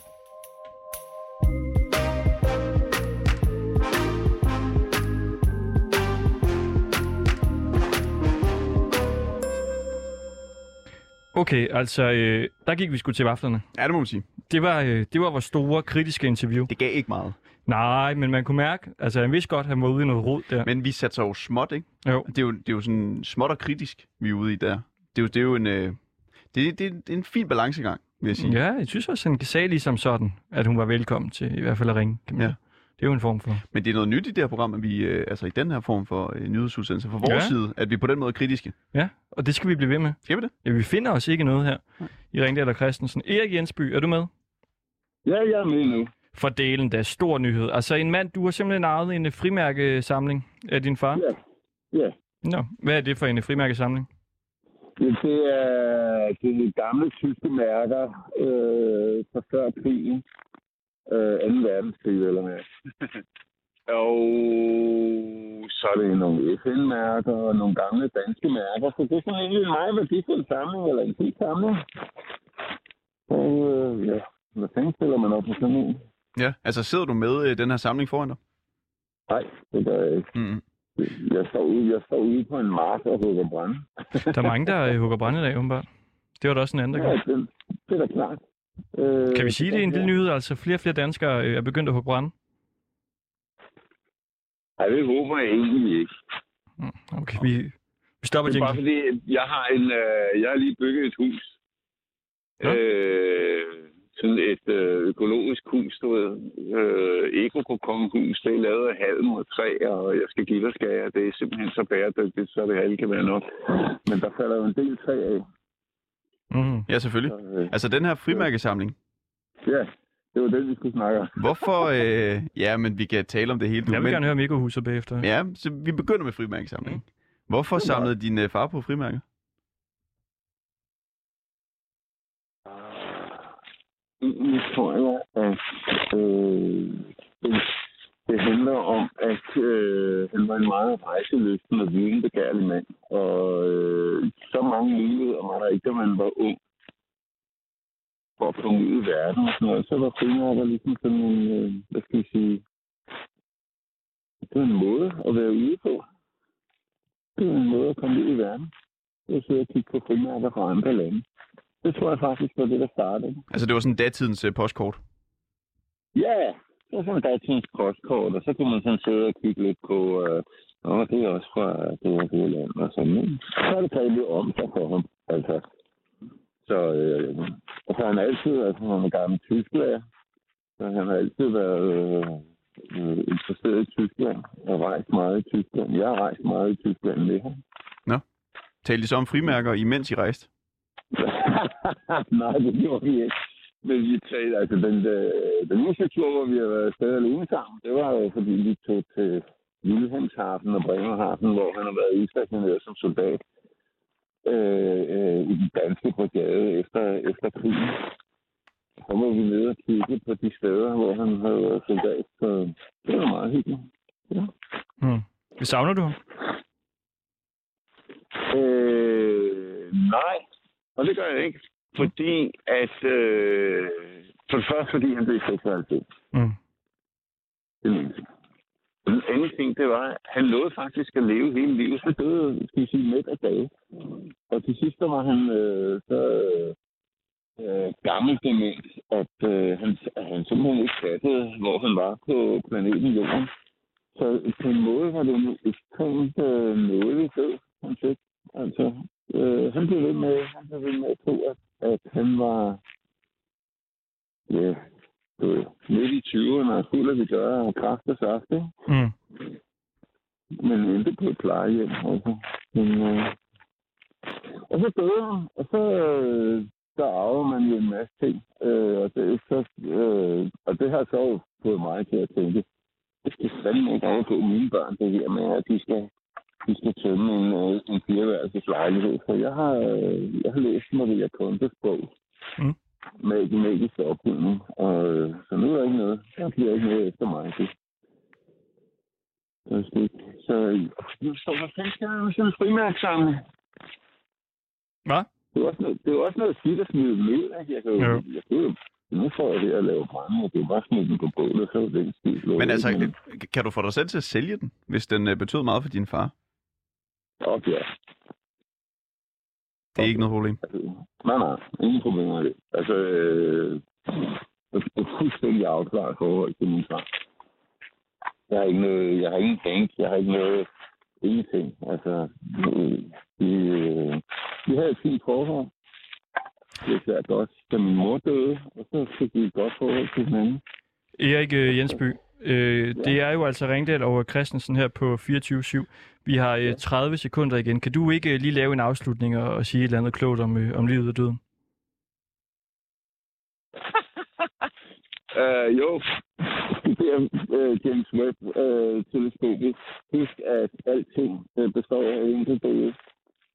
Okay, altså, øh, der gik vi sgu til vaflerne. Ja, det må man sige. Det var, øh, det var vores store, kritiske interview. Det gav ikke meget. Nej, men man kunne mærke, altså han vidste godt, han var ude i noget rod der. Men vi satte sig jo småt, ikke? Jo. Det er jo, det er jo sådan småt og kritisk, vi er ude i der. Det er jo, det er jo en, øh, det, det, det er en fin balancegang, vil jeg sige. Ja, jeg synes også, han sagde ligesom sådan, at hun var velkommen til i hvert fald at ringe. Kan man ja. Det er jo en form for... Men det er noget nyt i det her program, at vi, øh, altså i den her form for øh, nyhedsudsendelse fra vores Ja. ja. side, at vi på den måde er kritiske. Ja, og det skal vi blive ved med. Skal vi det? Ja, vi finder os ikke noget her i Ringdal og Christensen. Erik Jensby, er du med? Ja, jeg er med nu. For delen, der er stor nyhed. Altså en mand, du har simpelthen arvet en øh, frimærkesamling af din far. Ja. Ja, Nå, hvad er det for en øh, frimærkesamling? det, det er det er de gamle tyske mærker øh, fra før krigen. Øh, 2. verdenskrig eller hvad. Og så er det nogle FN-mærker og nogle gamle danske mærker. Så det er sådan egentlig en meget værdifuld samling, eller en fin samling. Og øh, ja, hvad fanden stiller man op med sådan en? Ja, altså sidder du med øh, den her samling foran dig? Nej, det gør jeg ikke. Mm. Jeg står ude, jeg står ude på en mark og hugger brænde. Der er mange, der øh, hugger brænde i dag, åbenbart. Det var der også en anden, der Ja, gjorde. det, det er da klart. Øh, Kan vi sige, det er en lille nyhed? Altså flere og flere danskere øh, er begyndt at hugge brænde. Nej, det håber jeg egentlig ikke. Mm, Okay, vi, vi stopper det er bare jinglen. fordi, at jeg har en, øh, jeg har lige bygget et hus. Øh, sådan et øh, økologisk hus, du ved. Øh, Ekokokonghus, det er lavet af halm og træ, og jeg skal give dig skære. Det er simpelthen så bæredygtigt, så det halve kan være nok. Men der falder jo en del træ af. Mm. Ja, øh, selvfølgelig. Altså den her frimærkesamling. Ja, det var det, vi skulle snakke om. Hvorfor? Øh, ja, men vi kan tale om det hele nu. Jeg vil men- gerne høre Mikkohuset bagefter. Ja, så vi begynder med frimærkesamling. Mm. Hvorfor samlede din øh, far på frimærker? Egentlig tror jeg, at øh, det Det handler om, at øh, han var en meget rejseløsten og videnbegærlig mand. Og øh, så mange muligheder var der ikke, da man var ung. For at komme ud i verden og sådan noget. Så var frimærker ligesom sådan en, øh, hvad skal vi sige, det var en måde at være ude på. Det var en måde at komme ud i verden. Det var at sidde og kigge på frimærker fra andre lande. Det tror jeg faktisk var det, der startede. Altså, det var sådan datidens øh, postkort. Ja, det var sådan et datidens postkort, og så kunne man sådan sidde og kigge lidt på, øh, og det er også fra øh, det og det land og sådan noget. Så er det taget lidt om sig for ham, altså. Så, øh, altså, han har altid, altså han er gammel tysklærer, så han har altid været øh, øh, interesseret i Tyskland, og rejst meget i Tyskland. Jeg har rejst meget i Tyskland med ham. Nå. Talte I så om frimærker, imens I rejste? Nej, det gjorde vi ikke. Men vi talte, altså den, øh, den eneste tur, hvor vi har været afsted alene sammen, det var jo fordi vi tog til Wilhelmshaven og Bremerhaven, hvor han har været udstationeret som soldat øh, øh, i den danske brigade efter, efter krigen. Så var vi nede og kigge på de steder, hvor han havde været soldat, så det var meget hyggeligt. Hmm. Savner du ham? Øh, nej, og det gør jeg ikke. Fordi at... Øh, For det første, fordi han blev 96. Mm. Det er en ting. Og Den anden ting, det var, at han nåede faktisk at leve hele livet. Han døde, skal vi sige, midt af dage. Og til sidst der var han øh, så øh, gammel dement, at øh, han, at han simpelthen ikke fattede, hvor han var på planeten Jorden. Så på en måde var det en ekstremt øh, nådig død, han fik. Altså, øh, han blev ved med, han blev ved med at tro, at, at han var ja, du ved, midt i 20'erne og fuld af det gøre og kraft og saft, ikke? Mm. Men endte på et plejehjem, altså. Men, øh, og så døde han, og så øh, der arver man jo en masse ting. Øh, og, det, er så, øh, og det har så jo fået mig til at tænke, det skal fandme ikke overgå mine børn, det her med, at de skal, de skal tømme en, øh, en fireværelses lejlighed. Så jeg har, øh, jeg har læst Maria Kontes bog, Mm. med den magiske oprydning. Og, øh, så nu er der ikke noget. Der bliver ikke noget efter mig. Det. Så, så, så hvad fanden skal jeg med sådan en frimærksamling? Hvad? Det er også noget, det er jo også noget skidt at smide dem ud. ikke? Jeg kan jo, Jo. jeg kan jo, nu får jeg det at lave brænde, og det er bare smide den på bålet, så er det ikke skidt. Men altså, øh, kan du få dig selv til at sælge den, hvis den øh, betød meget for din far? Op, ja. Det er ikke noget problem. Altså, Nej, nej. Ingen problemer med det. Altså, øh, jeg er fuldstændig afklaret i forhold til min far. Jeg har ikke noget, jeg har ingen bank, jeg har ikke noget, ingenting. Altså, øh, vi, øh, vi havde et fint forhold. Det er svært godt, da min mor døde, og så fik vi et godt forhold til hinanden. Erik øh, Jensby, øh, det er jo altså Ringdal og Christensen her på 24-7. Vi har øh, 30 sekunder igen. Kan du ikke øh, lige lave en afslutning og, og sige et eller andet klogt om, øh, om livet og døden? Øh, jo, det er øh, James Webb-teleskopet. Husk, at alting øh, består af enkeltdele,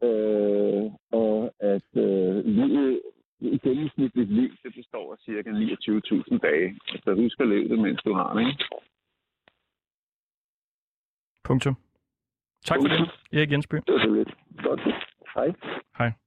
øh, og at øh, livet, et gennemsnitligt liv, det består af cirka 29.000 dage. Så husk at leve det, mens du har det, ikke? Punktum. Tak for det, Erik Jensby. Det var så lidt. Godt. Hej. Hej.